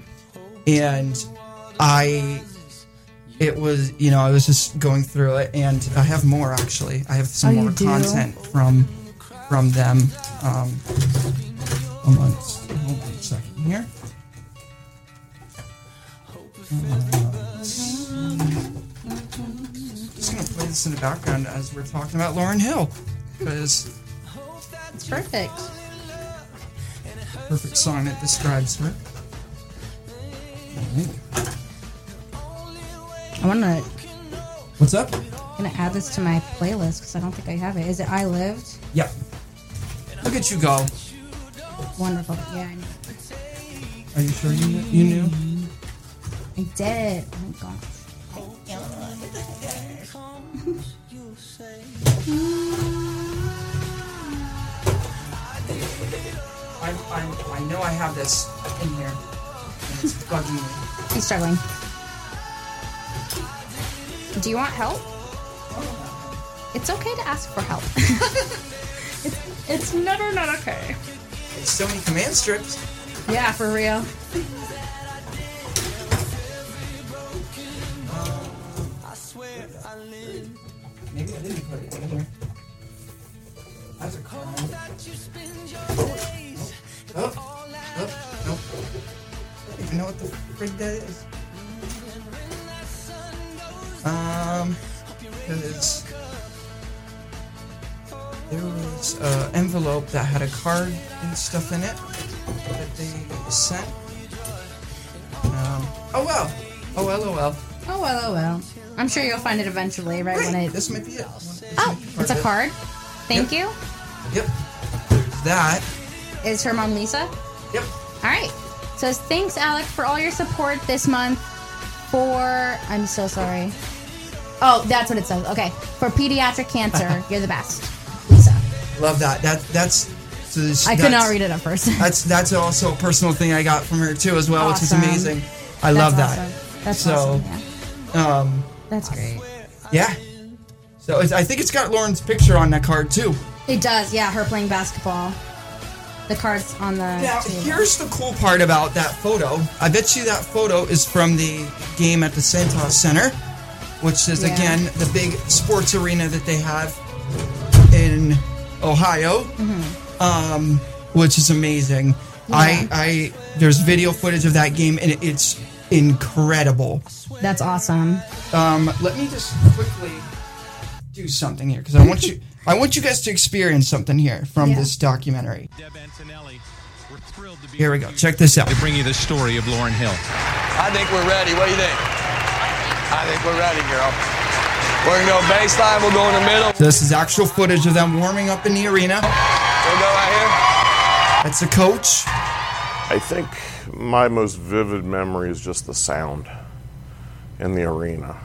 S3: and I it was, you know, I was just going through it and I have more actually. I have some
S2: Oh, you
S3: more
S2: do?
S3: content from from them. Um hold on, s- hold on a second here. Uh, Just gonna play this in the background as we're talking about Lauren Hill, because
S2: It's perfect.
S3: perfect song that describes her.
S2: I want to
S3: What's up?
S2: gonna add this to my playlist because I don't think I have it. Is it I Lived?
S3: Yep. Look at you go.
S2: Wonderful. Yeah, I, know.
S3: Are you sure you knew? You knew?
S2: I did. Oh my gosh.
S3: I, I, I know I have this in here. and It's bugging me.
S2: He's struggling. Do you want help? It's okay to ask for help. it's, it's never not okay.
S3: There's so many command strips.
S2: Yeah, for real.
S3: Maybe I didn't put it in here. That's a crime. Oh, oh, nope. I don't even know what the frig that is. Um, because there was an envelope that had a card and stuff in it that they sent. Um, oh well. Oh well, oh well.
S2: Oh well, oh well. I'm sure you'll find it eventually, right when
S3: Wait,
S2: it.
S3: this might be it. This
S2: Oh,
S3: might be
S2: it's a
S3: of it.
S2: card. Thank
S3: Yep. There's that.
S2: you. Is her mom Lisa?
S3: Yep.
S2: All right. Says thanks, Alec, for all your support this month. For I'm so sorry. Oh, that's what it says. Okay, for pediatric cancer, you're the best, Lisa.
S3: Love that. That that's. So this,
S2: I could
S3: that's,
S2: not read it at first.
S3: That's that's also a personal thing I got from her too as well,
S2: Awesome.
S3: which is amazing. I love that.
S2: awesome. That's
S3: So,
S2: awesome. Yeah.
S3: Um,
S2: That's great.
S3: yeah. So it's, I think it's got Lauren's picture on that card too.
S2: It does. Yeah, her playing basketball. The cards on the.
S3: Now
S2: table.
S3: here's the cool part about that photo. I bet you that photo is from the game at the Santos Center, which is
S2: Yeah.
S3: again the big sports arena that they have in Ohio,
S2: Mm-hmm.
S3: um, which is amazing. I, I there's video footage of that game and it's incredible.
S2: That's awesome.
S3: Um, let me just quickly do something here because I want you I want you guys to experience something here from
S2: Yeah.
S3: this documentary.
S6: Deb Antonelli. We're thrilled to be
S3: Here we go.
S6: with you
S3: Check this out.
S6: To bring you the story of Lauren Hill.
S7: I think we're ready. What do you think? I think we're ready, girl. We're gonna go baseline. We'll go in the middle.
S3: So this is actual footage of them warming up in the arena.
S7: We'll go right here.
S3: That's the coach.
S8: I think my most vivid memory is just the sound in the arena.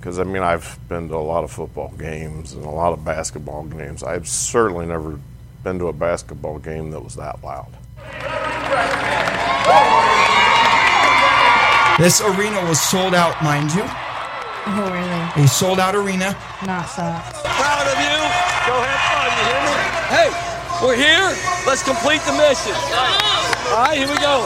S8: Because, I mean, I've been to a lot of football games and a lot of basketball games. I've certainly never been to a basketball game that was that loud.
S3: This arena was sold out, mind you.
S2: Oh, really?
S3: A sold out arena.
S2: Not sucks.
S7: Proud of you. Go have fun. You hear me? Hey, we're here. Let's complete the mission. All right, here we go.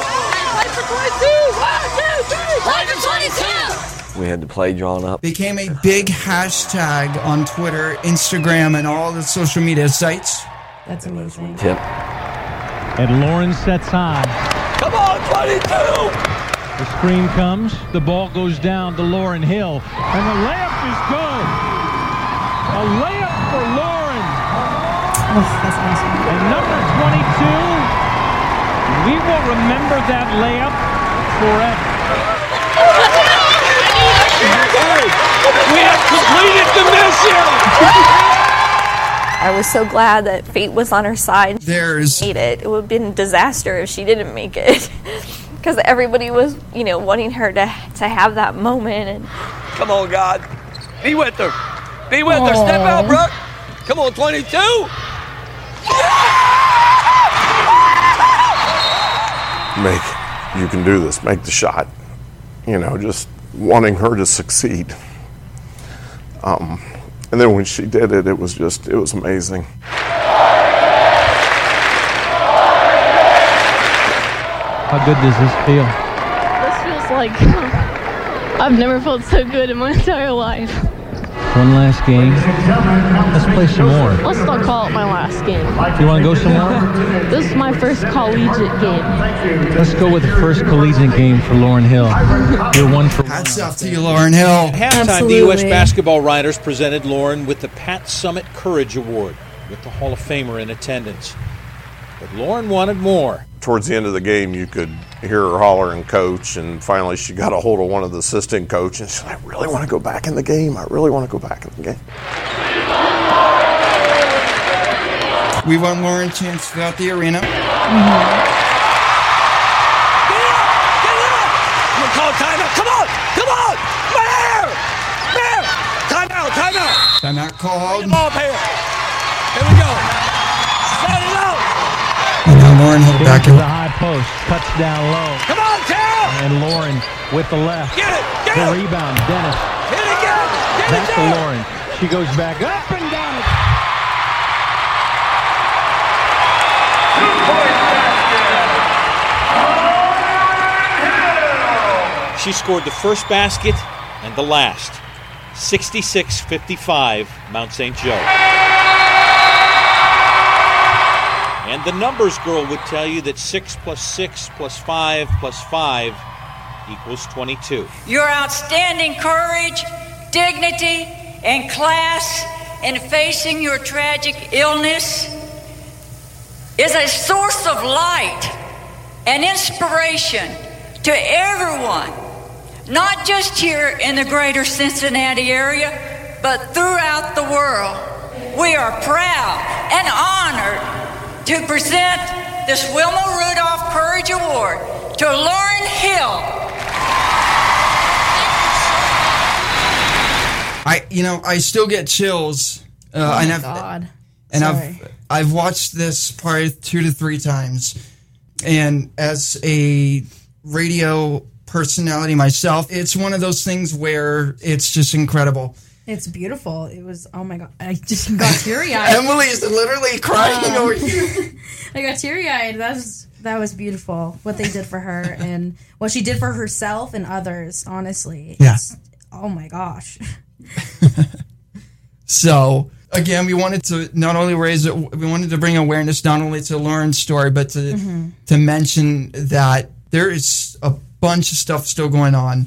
S9: We had the play drawn up.
S3: Became a big hashtag on Twitter, Instagram, and all the social media sites.
S2: That's amazing.
S9: Tip.
S6: And Lauren sets high.
S7: Come on, 22.
S6: The screen comes. The ball goes down to Lauren Hill. And the layup is good. A layup for Lauren.
S2: Oh, that's awesome.
S6: And number 22, we will remember that layup forever.
S7: We have completed the mission.
S5: I was so glad that fate was on her side.
S3: There's
S5: Made it. It would have been a disaster if she didn't make it, because everybody was, you know, wanting her to to have that moment. And
S7: Come on, God. Be with her. Be with her. Step out, Brooke. Come on, 22.
S8: Make, you can do this, make the shot. You know, just wanting her to succeed. Um, and then when she did it, it was just, it was amazing.
S6: How good does this feel?
S5: this feels like I've never felt so good in my entire life.
S6: One last game. Let's play some more.
S5: Let's not call it my last game.
S6: Do you want to go somewhere?
S5: This is my first collegiate game.
S6: Let's go with the first collegiate game for Lauren Hill. You're one for one.
S3: hats off to you, Lauren Hill.
S10: Halftime,
S2: Absolutely.
S10: the U.S. basketball writers presented Lauren with the Pat Summit Courage Award, with the Hall of Famer in attendance. But Lauren wanted more.
S8: towards the end of the game, you could hear her hollering coach, and finally she got a hold of one of the assistant coaches. and she's like, I really want to go back in the game. I really want to go back in the game.
S3: We want Lauren Chance throughout the arena.
S7: Get it up. Get it up. I'm going to call timeout. Come on. Come on. Bear. Bear. Timeout. Timeout.
S3: Timeout called.
S7: Come on, Bear. Here we go. Set it up.
S3: And now Lauren Hill back in.
S6: Into the high post. Cuts down low.
S7: Come on, Tara.
S6: And Lauren with the left.
S7: Get it. Get
S6: The
S7: it.
S6: rebound. Dennis.
S7: Hit it again. Get it,
S6: Back to
S7: Tara.
S6: Lauren. She goes back up and down.
S10: She scored the first basket and the last. 66 55, Mount St. Joe. And the numbers girl would tell you that 6 plus 6 plus 5 plus 5 equals 22.
S5: Your outstanding courage, dignity, and class in facing your tragic illness is a source of light and inspiration to everyone, not just here in the greater Cincinnati area, but throughout the world. We are proud and honored to present this Wilma Rudolph Courage Award to Lauren Hill.
S3: I, you know, I still get chills. Uh, and I've,
S2: God.
S3: and
S2: Sorry.
S3: I've I've watched this probably two to three times, and as a radio personality myself, it's one of those things where it's just incredible.
S2: It's beautiful. It was, oh my God. I just got teary eyed.
S3: Emily is literally crying over you.
S2: I got teary eyed. That was, that was beautiful. What they did for her and what she did for herself and others, honestly.
S3: Yeah.
S2: It's- Oh my gosh.
S3: So again, we wanted to not only raise it, we wanted to bring awareness not only to Lauren's story, but to
S2: Mm-hmm.
S3: to mention that there is a bunch of stuff still going on.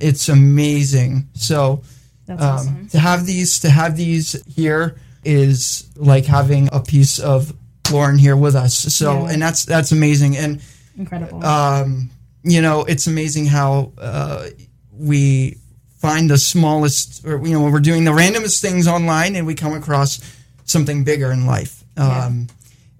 S3: It's amazing. So
S2: That's
S3: um,
S2: awesome.
S3: to have these to have these here is like having a piece of Lauren here with us. So
S2: Yeah.
S3: and that's that's amazing. And
S2: Incredible.
S3: um, you know, it's amazing how uh, we find the smallest, or you know, when we're doing the randomest things online, and we come across something bigger in life. Um,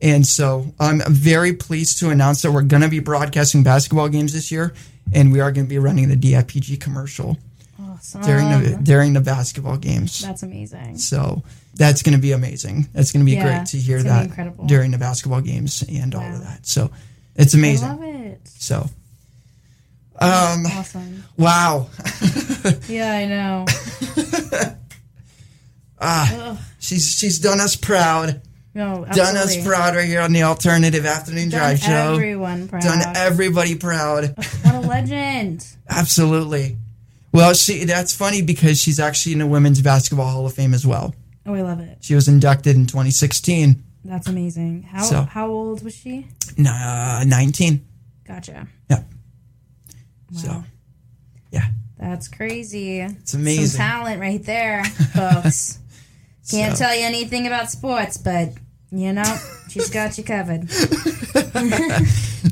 S3: And so, I'm very pleased to announce that we're going to be broadcasting basketball games this year, and we are going to be running the DIPG commercial
S2: awesome.
S3: during
S2: Oh.
S3: the during the basketball games.
S2: That's amazing.
S3: So that's going to be amazing. That's going to be
S2: Yeah,
S3: great to hear
S2: it's gonna be
S3: that
S2: incredible.
S3: during the basketball games and all
S2: Wow.
S3: of that. So it's amazing.
S2: I love it.
S3: So
S2: Awesome.
S3: Wow.
S2: Yeah, I know.
S3: She's she's done us proud.
S2: No,
S3: Done us proud right here on the Alternative Afternoon Drive Show.
S2: Everyone proud.
S3: Done everybody proud.
S2: what a legend.
S3: Absolutely. Well, she that's funny because she's actually in the Women's Basketball Hall of Fame as well.
S2: Oh, I love it.
S3: She was inducted in 2016.
S2: That's amazing. How
S3: So-
S2: how old was she?
S3: Nah, 19.
S2: Gotcha.
S3: uh, Yeah. So, yeah,
S2: That's crazy. It's
S3: amazing.
S2: Some talent right there, folks. Can't
S3: So-
S2: tell you anything about sports, but you know, she's got you covered.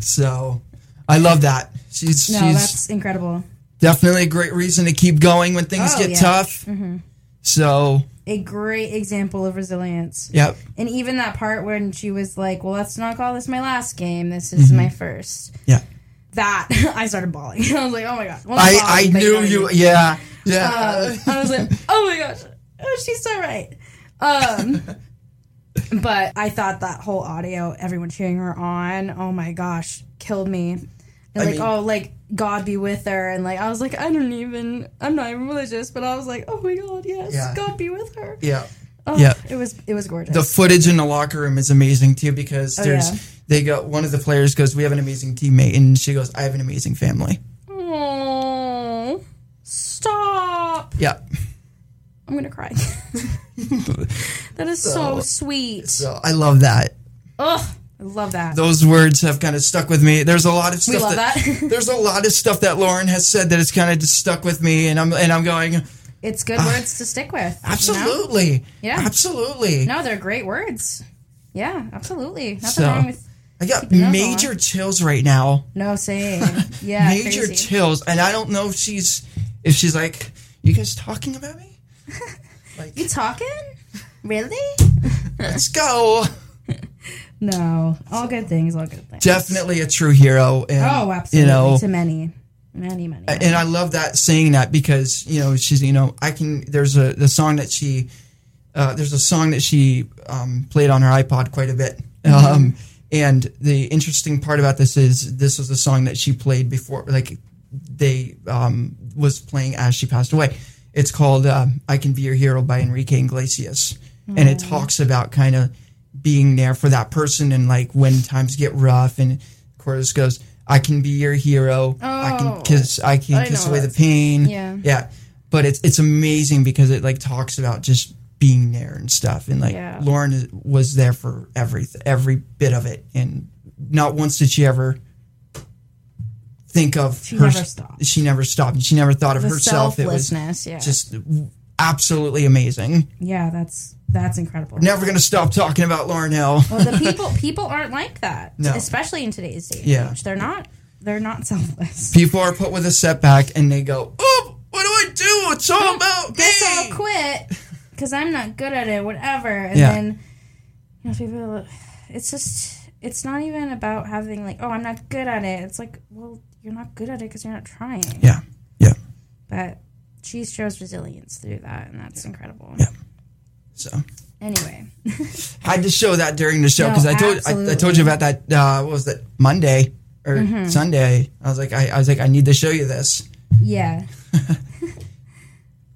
S3: so I love that. She's
S2: No,
S3: she's
S2: that's incredible.
S3: definitely a great reason to keep going when things
S2: Oh,
S3: get
S2: yeah.
S3: tough. So,
S2: A great example of resilience.
S3: yep,
S2: And even that part when she was like, "Well, let's not call this my last game. This is
S3: Mm-hmm.
S2: my first.
S3: yeah.
S2: That I started bawling. I was like, "Oh my god!" Well, not
S3: I
S2: bawling, but
S3: I
S2: know
S3: knew
S2: what
S3: you.
S2: mean.
S3: Yeah, yeah.
S2: Um, I was like, oh my gosh, oh, she's so right. Um, but I thought that whole audio, everyone cheering her on, oh my gosh, killed me. And like,
S3: mean-
S2: oh, like God be with her, and like I was like, I don't even, I'm not even religious, but I was like, oh my god, yes,
S3: Yeah.
S2: God be with her.
S3: yeah.
S2: Oh,
S3: Yeah.
S2: it was it was gorgeous.
S3: the footage in the locker room is amazing too because there's
S2: Oh, yeah.
S3: they go one of the players goes we have an amazing teammate and she goes I have an amazing family.
S2: Aw, stop!
S3: Yeah.
S2: I'm gonna cry. that is so, sweet.
S3: So I love that.
S2: Ugh, I love that.
S3: Those words have kind of stuck with me. There's a lot of stuff
S2: love that.
S3: there's a lot of stuff that Lauren has said that has kind of just stuck with me and I'm and I'm going
S2: it's good
S3: Ah.
S2: words to stick with. you know?
S3: absolutely.
S2: Yeah.
S3: Absolutely.
S2: No, they're great words. Yeah, absolutely. Nothing
S3: So-
S2: wrong with
S3: I got
S2: keeping those
S3: major chills right now.
S2: no saying. Yeah,
S3: major
S2: crazy.
S3: chills and I don't know if she's if she's like you guys talking about me?
S2: you talking? Really?
S3: Let's go.
S2: No, all good things. All good things.
S3: Definitely a true hero and
S2: Oh, absolutely.
S3: you know uh,
S2: to many, many, many. many.
S3: and I love that saying that because you know she's you know I can there's a the song that she uh, there's a song that she um, played on her iPod quite a bit.
S2: Mm-hmm.
S3: Um, and the interesting part about this is this was a song that she played before like they um, was playing as she passed away. It's called um, "I Can Be Your Hero" by Enrique Iglesias, and
S2: Mm.
S3: it talks about kind of being there for that person and like when times get rough and the chorus goes i can be your hero i
S2: Oh.
S3: can kiss i can
S2: I
S3: kiss
S2: know
S3: away the
S2: that.
S3: pain
S2: Yeah.
S3: yeah but it's it's amazing because it like talks about just being there and stuff and like
S2: Yeah.
S3: lauren is- was there for every every bit of it and not once did she ever think of
S2: She
S3: her-
S2: never stopped.
S3: she never stopped she never thought of
S2: The
S3: herself it was
S2: selflessness. yeah.
S3: just absolutely amazing
S2: yeah, that's that's incredible.
S3: never gonna stop talking about lauren hill
S2: well, the people people aren't like that,
S3: No.
S2: especially in today's day. and
S3: Yeah.
S2: age. they're not. They're not selfless.
S3: people are put with a setback and they go, "Oh, what do I do? It's all about me."
S2: Guess I'll quit because I'm not good at it. Whatever. And
S3: Yeah.
S2: then you know, people. It's just. It's not even about having like, oh, I'm not good at it. It's like, well, you're not good at it because you're not trying.
S3: Yeah, yeah.
S2: But she shows resilience through that, and that's incredible.
S3: Yeah. So
S2: Anyway,
S3: had to show that during the show
S2: No,
S3: because I told I, I told you about that. Uh, what was that Monday or
S2: Mm-hmm.
S3: Sunday? I was like, I, I was like, I need to show you this.
S2: yeah,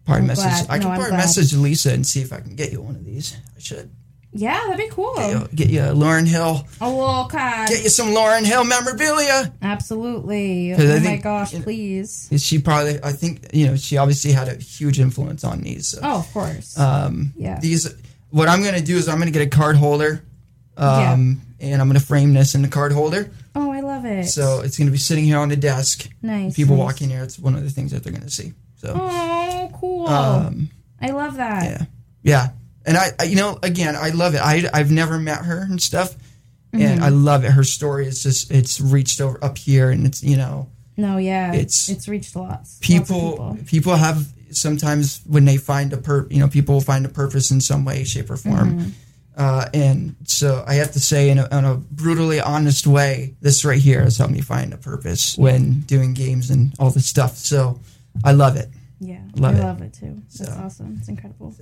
S3: Part
S2: I'm
S3: message.
S2: glad.
S3: I
S2: No,
S3: can
S2: I'm
S3: part
S2: glad.
S3: message Lisa and see if I can get you one of these. I should
S2: yeah, that'd be cool.
S3: You know, get you a Lauren Hill.
S2: A little card,
S3: Get you some Lauren Hill memorabilia.
S2: absolutely.
S3: 'Cause I
S2: Oh my
S3: think-
S2: gosh, please.
S3: She probably, I think, you know, she obviously had a huge influence on these. So.
S2: Oh, of course. Um, yeah.
S3: these what i'm gonna do is i'm gonna get a card holder um, and i'm gonna frame this in the card holder
S2: oh, I love it.
S3: so it's gonna be sitting here on the desk
S2: nice.
S3: people
S2: nice.
S3: walk in here it's one of the things that they're gonna see so
S2: Oh, cool. I love that.
S3: Um, yeah yeah and I, I you know again i love it I, i've never met her and stuff
S2: Mm-hmm.
S3: and i love it her story is just it's reached over up here and it's you know
S2: No, yeah.
S3: It's-
S2: It's it's reached lots.
S3: people,
S2: lots of people.
S3: people have sometimes when they find a per you know people will find a purpose in some way shape or form
S11: Mm-hmm.
S3: uh, and so i have to say in a, in a brutally honest way this right here has helped me find a purpose when doing games and all this stuff so i love it
S2: Yeah.
S3: love
S2: I
S3: it.
S2: love it too. That's awesome. It's incredible.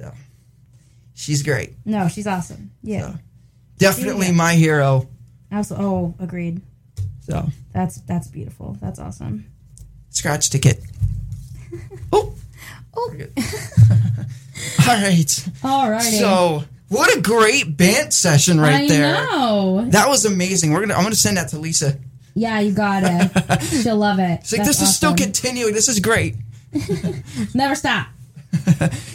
S3: she's great
S2: No, she's awesome. Yeah.
S3: definitely my hero
S2: Absolutely. Oh, agreed.
S3: so
S2: That's that's beautiful. That's awesome.
S3: scratch ticket oh All right.
S11: All right.
S3: So what a great band session right
S11: I
S3: there.
S11: know.
S3: That was amazing. We're gonna. I'm gonna send that to Lisa.
S11: Yeah, you got it. She'll love it.
S3: It's like
S11: That's
S3: this is still
S11: awesome.
S3: continuing. This is great.
S11: Never stop.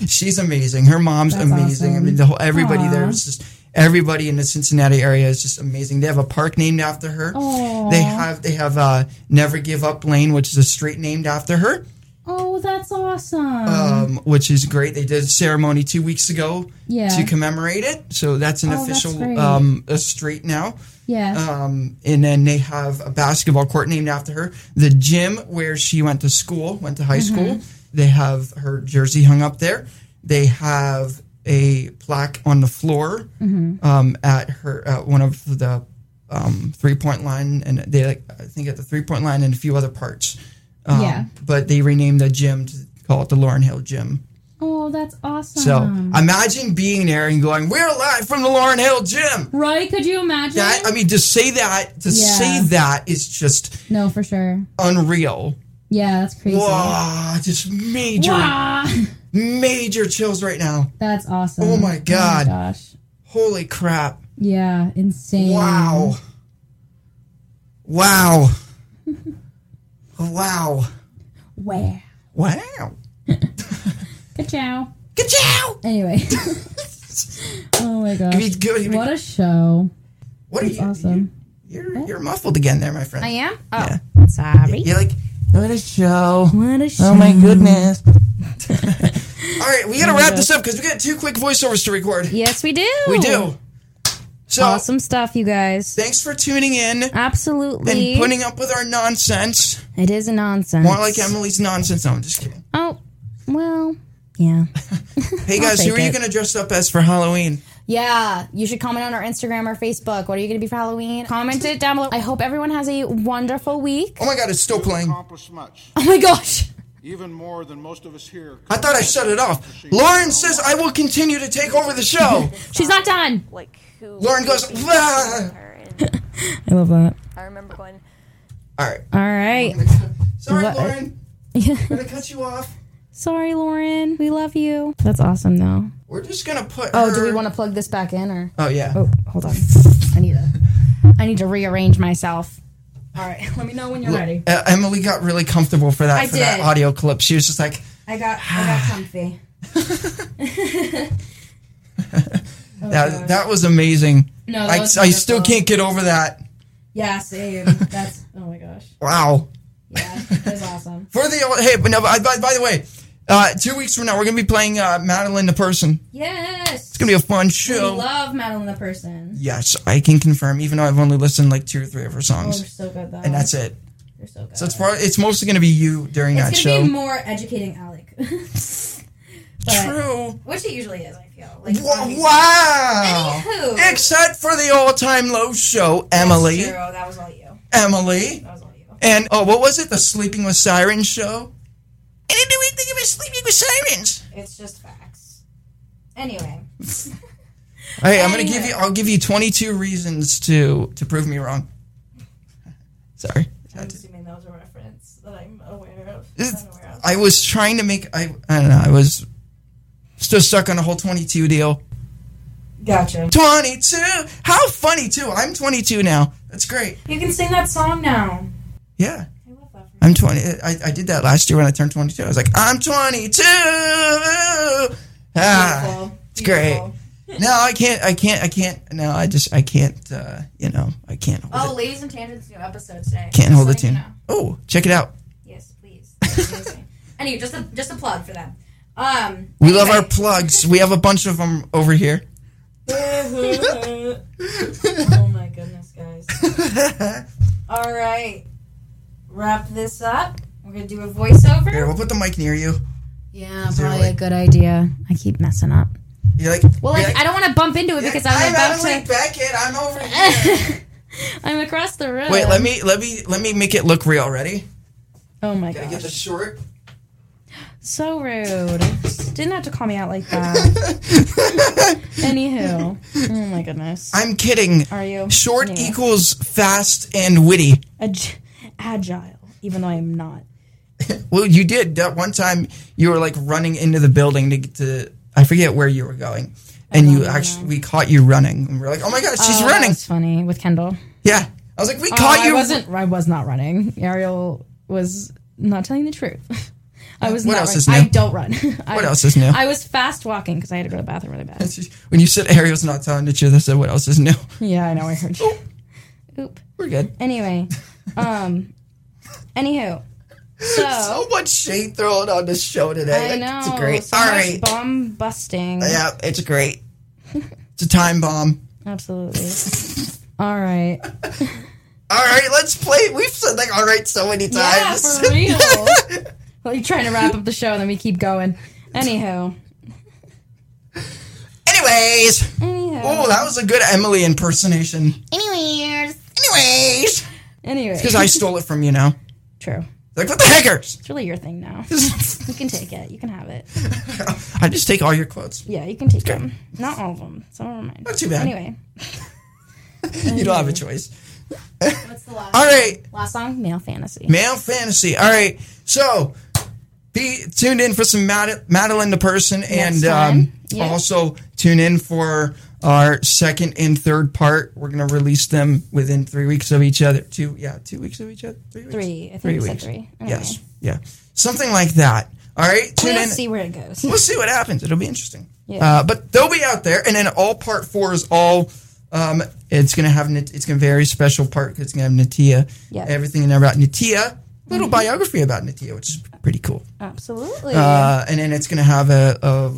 S3: She's amazing. Her mom's
S11: That's
S3: amazing. I
S11: awesome.
S3: mean, the whole everybody
S11: Aw.
S3: there is just everybody in the Cincinnati area is just amazing. They have a park named after her.
S11: Aw.
S3: They have they have uh, Never Give Up Lane, which is a street named after her,
S11: Oh, that's awesome. Mm-hmm.
S3: um, which is great. They did a ceremony two weeks ago
S11: Yeah.
S3: to commemorate it, so that's an
S11: Oh, that's
S3: official
S11: great.
S3: um, a street now.
S11: yeah.
S3: Um, and then they have a basketball court named after her. The gym where she went to school, went to high school, they have her jersey hung up there. They have a plaque on the floor um, at her at one of the um, three point line, and they like, I think at the three point line and a few other parts. Um,
S11: Yeah.
S3: But they renamed the gym to call it the Lauren Hill Gym.
S11: oh, that's awesome.
S3: So imagine being there and going, "We're live from the Lauren Hill Gym."
S11: right? Could you imagine?
S3: That I mean, to say that to
S11: Yeah.
S3: say that is just
S11: no, for sure.
S3: unreal.
S11: Yeah, that's crazy.
S3: Wow, just major
S11: Wah!
S3: major chills right now.
S11: That's awesome.
S3: Oh my God.
S11: gosh.
S3: Holy crap!
S11: Yeah, insane.
S3: Wow, wow, wow,
S11: Wow.
S3: wow!
S11: Ka-chow.
S3: Good job.
S11: Anyway. oh my gosh.
S3: Give me- give me-
S11: what a show.
S3: What are
S11: That's
S3: you?
S11: awesome.
S3: You, are you're muffled again, there, my friend.
S2: I am? Oh, sorry.
S3: You're like. What a show.
S11: Mm.
S2: What a
S3: Oh my goodness. All right, we
S11: Oh
S3: gotta wrap this up because we got two quick voiceovers to record.
S2: Yes, we do.
S3: We do. So
S2: Awesome stuff, you guys.
S3: thanks for tuning in
S2: Absolutely.
S3: and putting up with our nonsense.
S2: it is a nonsense.
S3: More like Emily's nonsense. No, I'm just kidding.
S2: Oh, well, yeah.
S3: Hey guys, who
S2: take
S3: are you
S2: it.
S3: gonna dress up as for Halloween?
S2: Yeah, you should comment on our Instagram or Facebook. What are you going to be for Halloween? Comment it down below. I hope everyone has a wonderful week.
S3: Oh my god, it's still playing.
S5: Accomplished much,
S2: Oh my gosh.
S5: even more than most of us here.
S3: I thought I shut it off. Lauren says I will continue to take over the show.
S2: She's not done.
S5: Like who?
S3: Lauren goes, "Ah."
S2: I love that.
S5: I remember going.
S3: All right.
S2: All right.
S3: Sorry,
S2: What?
S3: Lauren. We're gonna cut you off.
S2: Sorry, Lauren. We love you. That's awesome, though.
S3: We're just gonna put.
S2: Oh,
S3: her-
S2: do we want to plug this back in or?
S3: Oh yeah.
S2: Oh, hold on. I need to. I need to rearrange myself. All right. Let me know when you're ready.
S3: Uh, Emily got really comfortable for that
S2: I
S3: for that
S2: did.
S3: audio clip. She was just like,
S2: I got. I got comfy.
S3: "That that was amazing."
S2: No,
S3: I, I still can't get over that.
S2: Yeah, same. That's. Oh my gosh.
S3: Wow.
S2: Yeah, that's awesome.
S3: For the hey, but no, by, by by the way, uh, two weeks from now we're gonna be playing uh, Madeline the person.
S2: Yes.
S3: It's gonna be a
S2: Oh,
S3: fun
S2: We
S3: show.
S2: love Madeline the person.
S3: Yes, I can confirm. Even though I've only listened like two or three of her
S2: Oh, they're
S3: songs,
S2: so good though.
S3: and that's it.
S2: They're so good.
S3: So it's probably, it's mostly going to be you during that
S2: it's gonna
S3: show.
S2: be more educating, Alec. but-
S3: True.
S2: Which it usually is, I feel. Like,
S3: Wa- Wow.
S2: Anywho.
S3: Except for the all-time low show, Emily.
S2: That's true. That was all you.
S3: Emily.
S2: That was all you.
S3: And oh, what was it? The Sleeping with Sirens show. I didn't do anything about Sleeping with Sirens.
S2: It's just facts. Anyway.
S3: Hey, I'm gonna give
S2: Anyway.
S3: you. I'll give you 22 reasons to to prove me wrong. Sorry.
S2: I'm assuming that was a reference that I'm aware of.
S3: It's-
S2: unaware of.
S3: I was trying to make. I I don't know. I was still stuck on the whole 22 deal.
S2: Gotcha.
S3: 22. How funny too. I'm 22 now. That's great.
S2: You can sing that song now.
S3: Yeah.
S2: I love that. for
S3: I'm 20. I, I did that last year when I turned 22. I was like, I'm 22. Ah,
S2: Beautiful.
S3: it's great.
S2: Beautiful.
S3: No, I can't. I can't. I can't. No, I just. I can't. Uh, you know. I can't hold
S2: Oh,
S3: it.
S2: ladies and tangents, new episode today.
S3: Can't
S2: Just
S3: hold the
S2: letting you
S3: tune.
S2: know.
S3: Oh, check it out.
S2: Yes, please. That's amazing. anyway, just a just a plug for them. Um,
S3: We love our plugs. We have a bunch of them over here.
S2: oh my goodness, guys. All right. Wrap this up. We're going to do a
S3: Here,
S2: voiceover.
S3: we'll put the mic near you.
S2: Yeah,
S3: there probably a like-
S2: good idea. I keep messing up.
S3: You're like.
S2: Well,
S3: you're
S2: like, I don't want to bump into it because I
S3: I'm
S2: was about
S3: Emily
S2: to.
S3: Beckett. I'm over here.
S2: I'm across the room.
S3: Wait, let me let me let me make it look real. Ready?
S2: Oh my
S3: Gotta get
S2: gosh.
S3: the short.
S2: So rude. Didn't have to call me out like that. Anywho. Oh my goodness.
S3: I'm kidding.
S2: Uh, Are you?
S3: Short e-
S2: Anyway.
S3: equals fast and witty.
S2: Ag- agile, even though I am not.
S3: Well, you did that one time. You were like running into the building to get to. I forget where you were going, and
S2: Oh,
S3: you actually we caught you running. And we're like, oh my god, she's running!
S2: It's funny with Kendall.
S3: Yeah, I was like, we
S2: Oh,
S3: caught you.
S2: I wasn't. I was not running. Ariel was not telling the truth. I was
S3: What
S2: not.
S3: else
S2: running.
S3: is new?
S2: I don't run.
S3: What else is new?
S2: I was fast walking because I had to go to the bathroom really bad.
S3: When you said Ariel's not telling the truth, I said, what else is new?
S2: yeah, I know. I heard you. Oop.
S3: We're good.
S2: Anyway, um, anywho, so
S3: So much shade thrown on this show today.
S2: I know.
S3: It's great.
S2: so
S3: All
S2: much
S3: right.
S2: bomb busting.
S3: Yeah, it's great. It's a time bomb.
S2: Absolutely. All right.
S3: All right, let's play. We've said like all right so many
S2: Yeah,
S3: times.
S2: for real. well, you're trying to wrap up the show, and then we keep going. Anywho,
S3: Anyways.
S2: anywho,
S3: Oh, that was a good Emily impersonation.
S2: anyways,
S3: Anyways.
S2: anyway.
S3: Because I stole it from you now.
S2: True.
S3: Like, what the heckers?
S2: It's really your thing now. you can take it. You can have it.
S3: I just take all your quotes.
S2: Yeah, you can take them. Not all of them. Some of them are mine.
S3: Not too bad.
S2: Anyway,
S3: You don't have a choice. all right.
S2: last song, male fantasy.
S3: Male fantasy. All right. So be tuned in for some Mad- Madeline the person, and um,
S2: time. Yeah.
S3: also tune in for our second and third part. We're gonna release them within three weeks of each other. Two, yeah, two weeks of each other. Three. Weeks?
S2: Three. I think
S3: Three
S2: you said
S3: weeks.
S2: three. Anyway,
S3: Yes. Yeah. Something like that. All right. Tune
S2: We'll
S3: in.
S2: see where it goes.
S3: We'll see what happens. It'll be interesting.
S2: Yeah.
S3: Uh, but they'll be out there, and then all part four is all. Um, it's gonna have Nat- it's gonna be a very special part 'cause it's gonna have Natia.
S2: Yeah.
S3: Everything in about Natia, little biography about Natia, which is pretty cool.
S2: Absolutely.
S3: Uh, and then it's gonna have a, a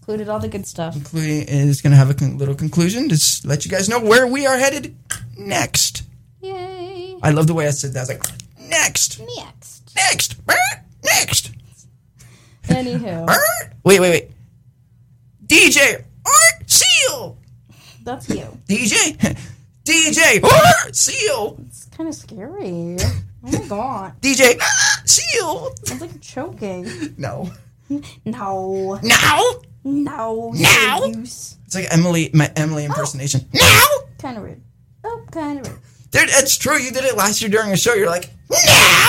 S2: Included all the good stuff.
S3: concluding. It's gonna have a con- little conclusion to s- let you guys know where we are headed next.
S2: Yay.
S3: I love the way I said that. I was like, next,
S2: Next.
S3: next, brr, next.
S2: Anywho,
S3: brr. Wait, wait, wait. DJ Art Seal.
S2: that's you.
S3: DJ, DJ, ah, seal,
S2: It's kind of scary. Oh my god.
S3: DJ, ah, seal.
S2: It's like choking.
S3: No,
S2: No.
S3: now
S2: No.
S3: Now? it's like Emily, my Emily impersonation. Now,
S2: Kind of rude. Oh, kind of rude.
S3: dude, it's true. You did it last year during a show. You're like now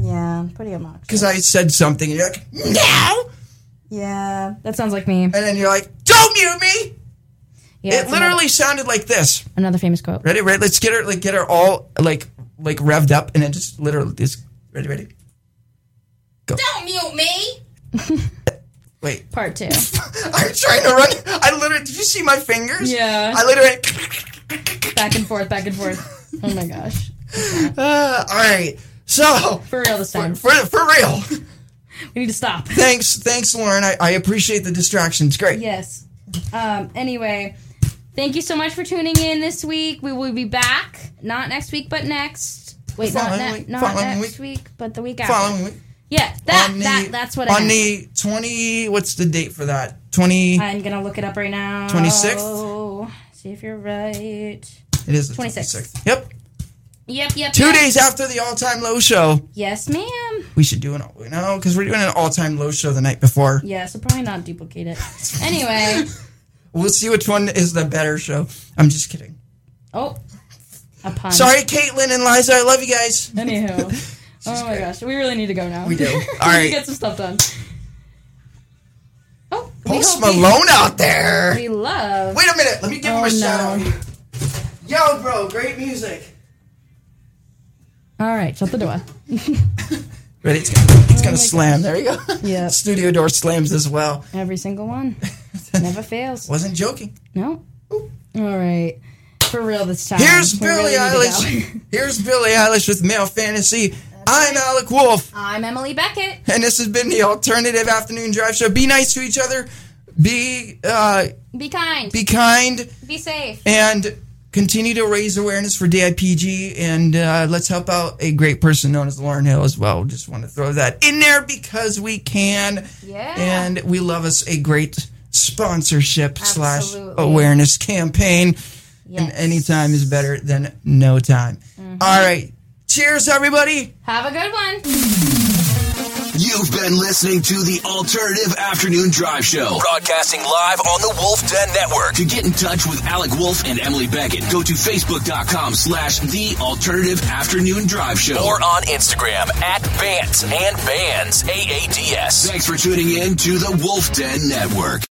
S2: Yeah, pretty obnoxious.
S3: because I said something, and you're like now,
S2: Yeah, that sounds like me.
S3: and then you're like, don't mute me.
S2: Yeah,
S3: it literally sounded like this.
S2: another famous quote.
S3: Ready, right? Let's get her, like, get her all like, like revved up, and then just literally just ready, ready.
S5: Don't mute me.
S3: Wait,
S2: Part two.
S3: I'm trying to run. I literally, did you see my fingers?
S2: Yeah.
S3: I literally.
S2: back and forth, back and forth. Oh my gosh.
S3: Uh, all right. So
S2: For real this time.
S3: for for real,
S2: We need to stop.
S3: thanks, thanks, Lauren. I, I appreciate the distractions. Great.
S2: Yes. Um, anyway, thank you so much for tuning in this week. We will be back. Not next week, but next. Wait, not,
S3: Following
S2: ne-
S3: week,
S2: not
S3: following
S2: next week. but the week after.
S3: Following week
S2: Yeah, that,
S3: on the
S2: Ah, that that's what I
S3: on
S2: meant.
S3: the twenty. What's the date for that? Twenty.
S2: I'm gonna look it up right now.
S3: 26th?
S2: See if you're right.
S3: it is the
S2: 26th.
S3: Yep.
S2: Yep, yep.
S3: Two
S2: yep.
S3: days after the all time low show,
S2: Yes, ma'am.
S3: we should do an all no because we're doing an all time low show the night before.
S2: Yeah, so probably not duplicate it. anyway,
S3: We'll see which one is the better show. I'm just kidding.
S2: oh, a pun.
S3: Sorry, Caitlin and Liza. I love you guys.
S2: Anywho, oh my gosh, we really need to go now.
S3: We do. All
S2: We
S3: right.
S2: get some stuff done. Oh, we
S3: Post
S2: hope we-
S3: Malone out there.
S2: We love.
S3: Wait a minute. Let me give
S2: Oh,
S3: him a
S2: no.
S3: shout out. here. Yo, bro, great music.
S2: All right, shut the door.
S3: Ready? It's gonna,
S2: Oh
S3: it's gonna slam. There you go.
S2: Yeah,
S3: Studio door slams as well.
S2: every single one never fails.
S3: Wasn't joking.
S2: No. All right, for real this time.
S3: Here's
S2: We
S3: Billie
S2: really need to
S3: Eilish.
S2: go.
S3: Here's Billie Eilish with male fantasy. I'm Alec Wolf,
S2: I'm Emily Beckett.
S3: and this has been the Alternative Afternoon Drive Show. Be nice to each other. Be uh,
S2: Be kind.
S3: be kind
S2: Be safe.
S3: and continue to raise awareness for DIPG and uh, let's help out a great person known as Lauren Hill as well. Just want to throw that in there because we can.
S2: Yeah.
S3: And we love us a great sponsorship slash
S2: Absolutely.
S3: awareness campaign. And
S2: Yes. Mm-hmm.
S3: any time is better than no time. All right. Cheers, everybody.
S2: Have a good one.
S1: You've been listening to the Alternative Afternoon Drive Show, broadcasting live on the Wolf Den Network. To get in touch with Alec Wolf and Emily Beckett, go to facebook.com slash the Alternative Afternoon Drive Show or on Instagram at Bants and Bands, AADS. Thanks for tuning in to the Wolf Den Network.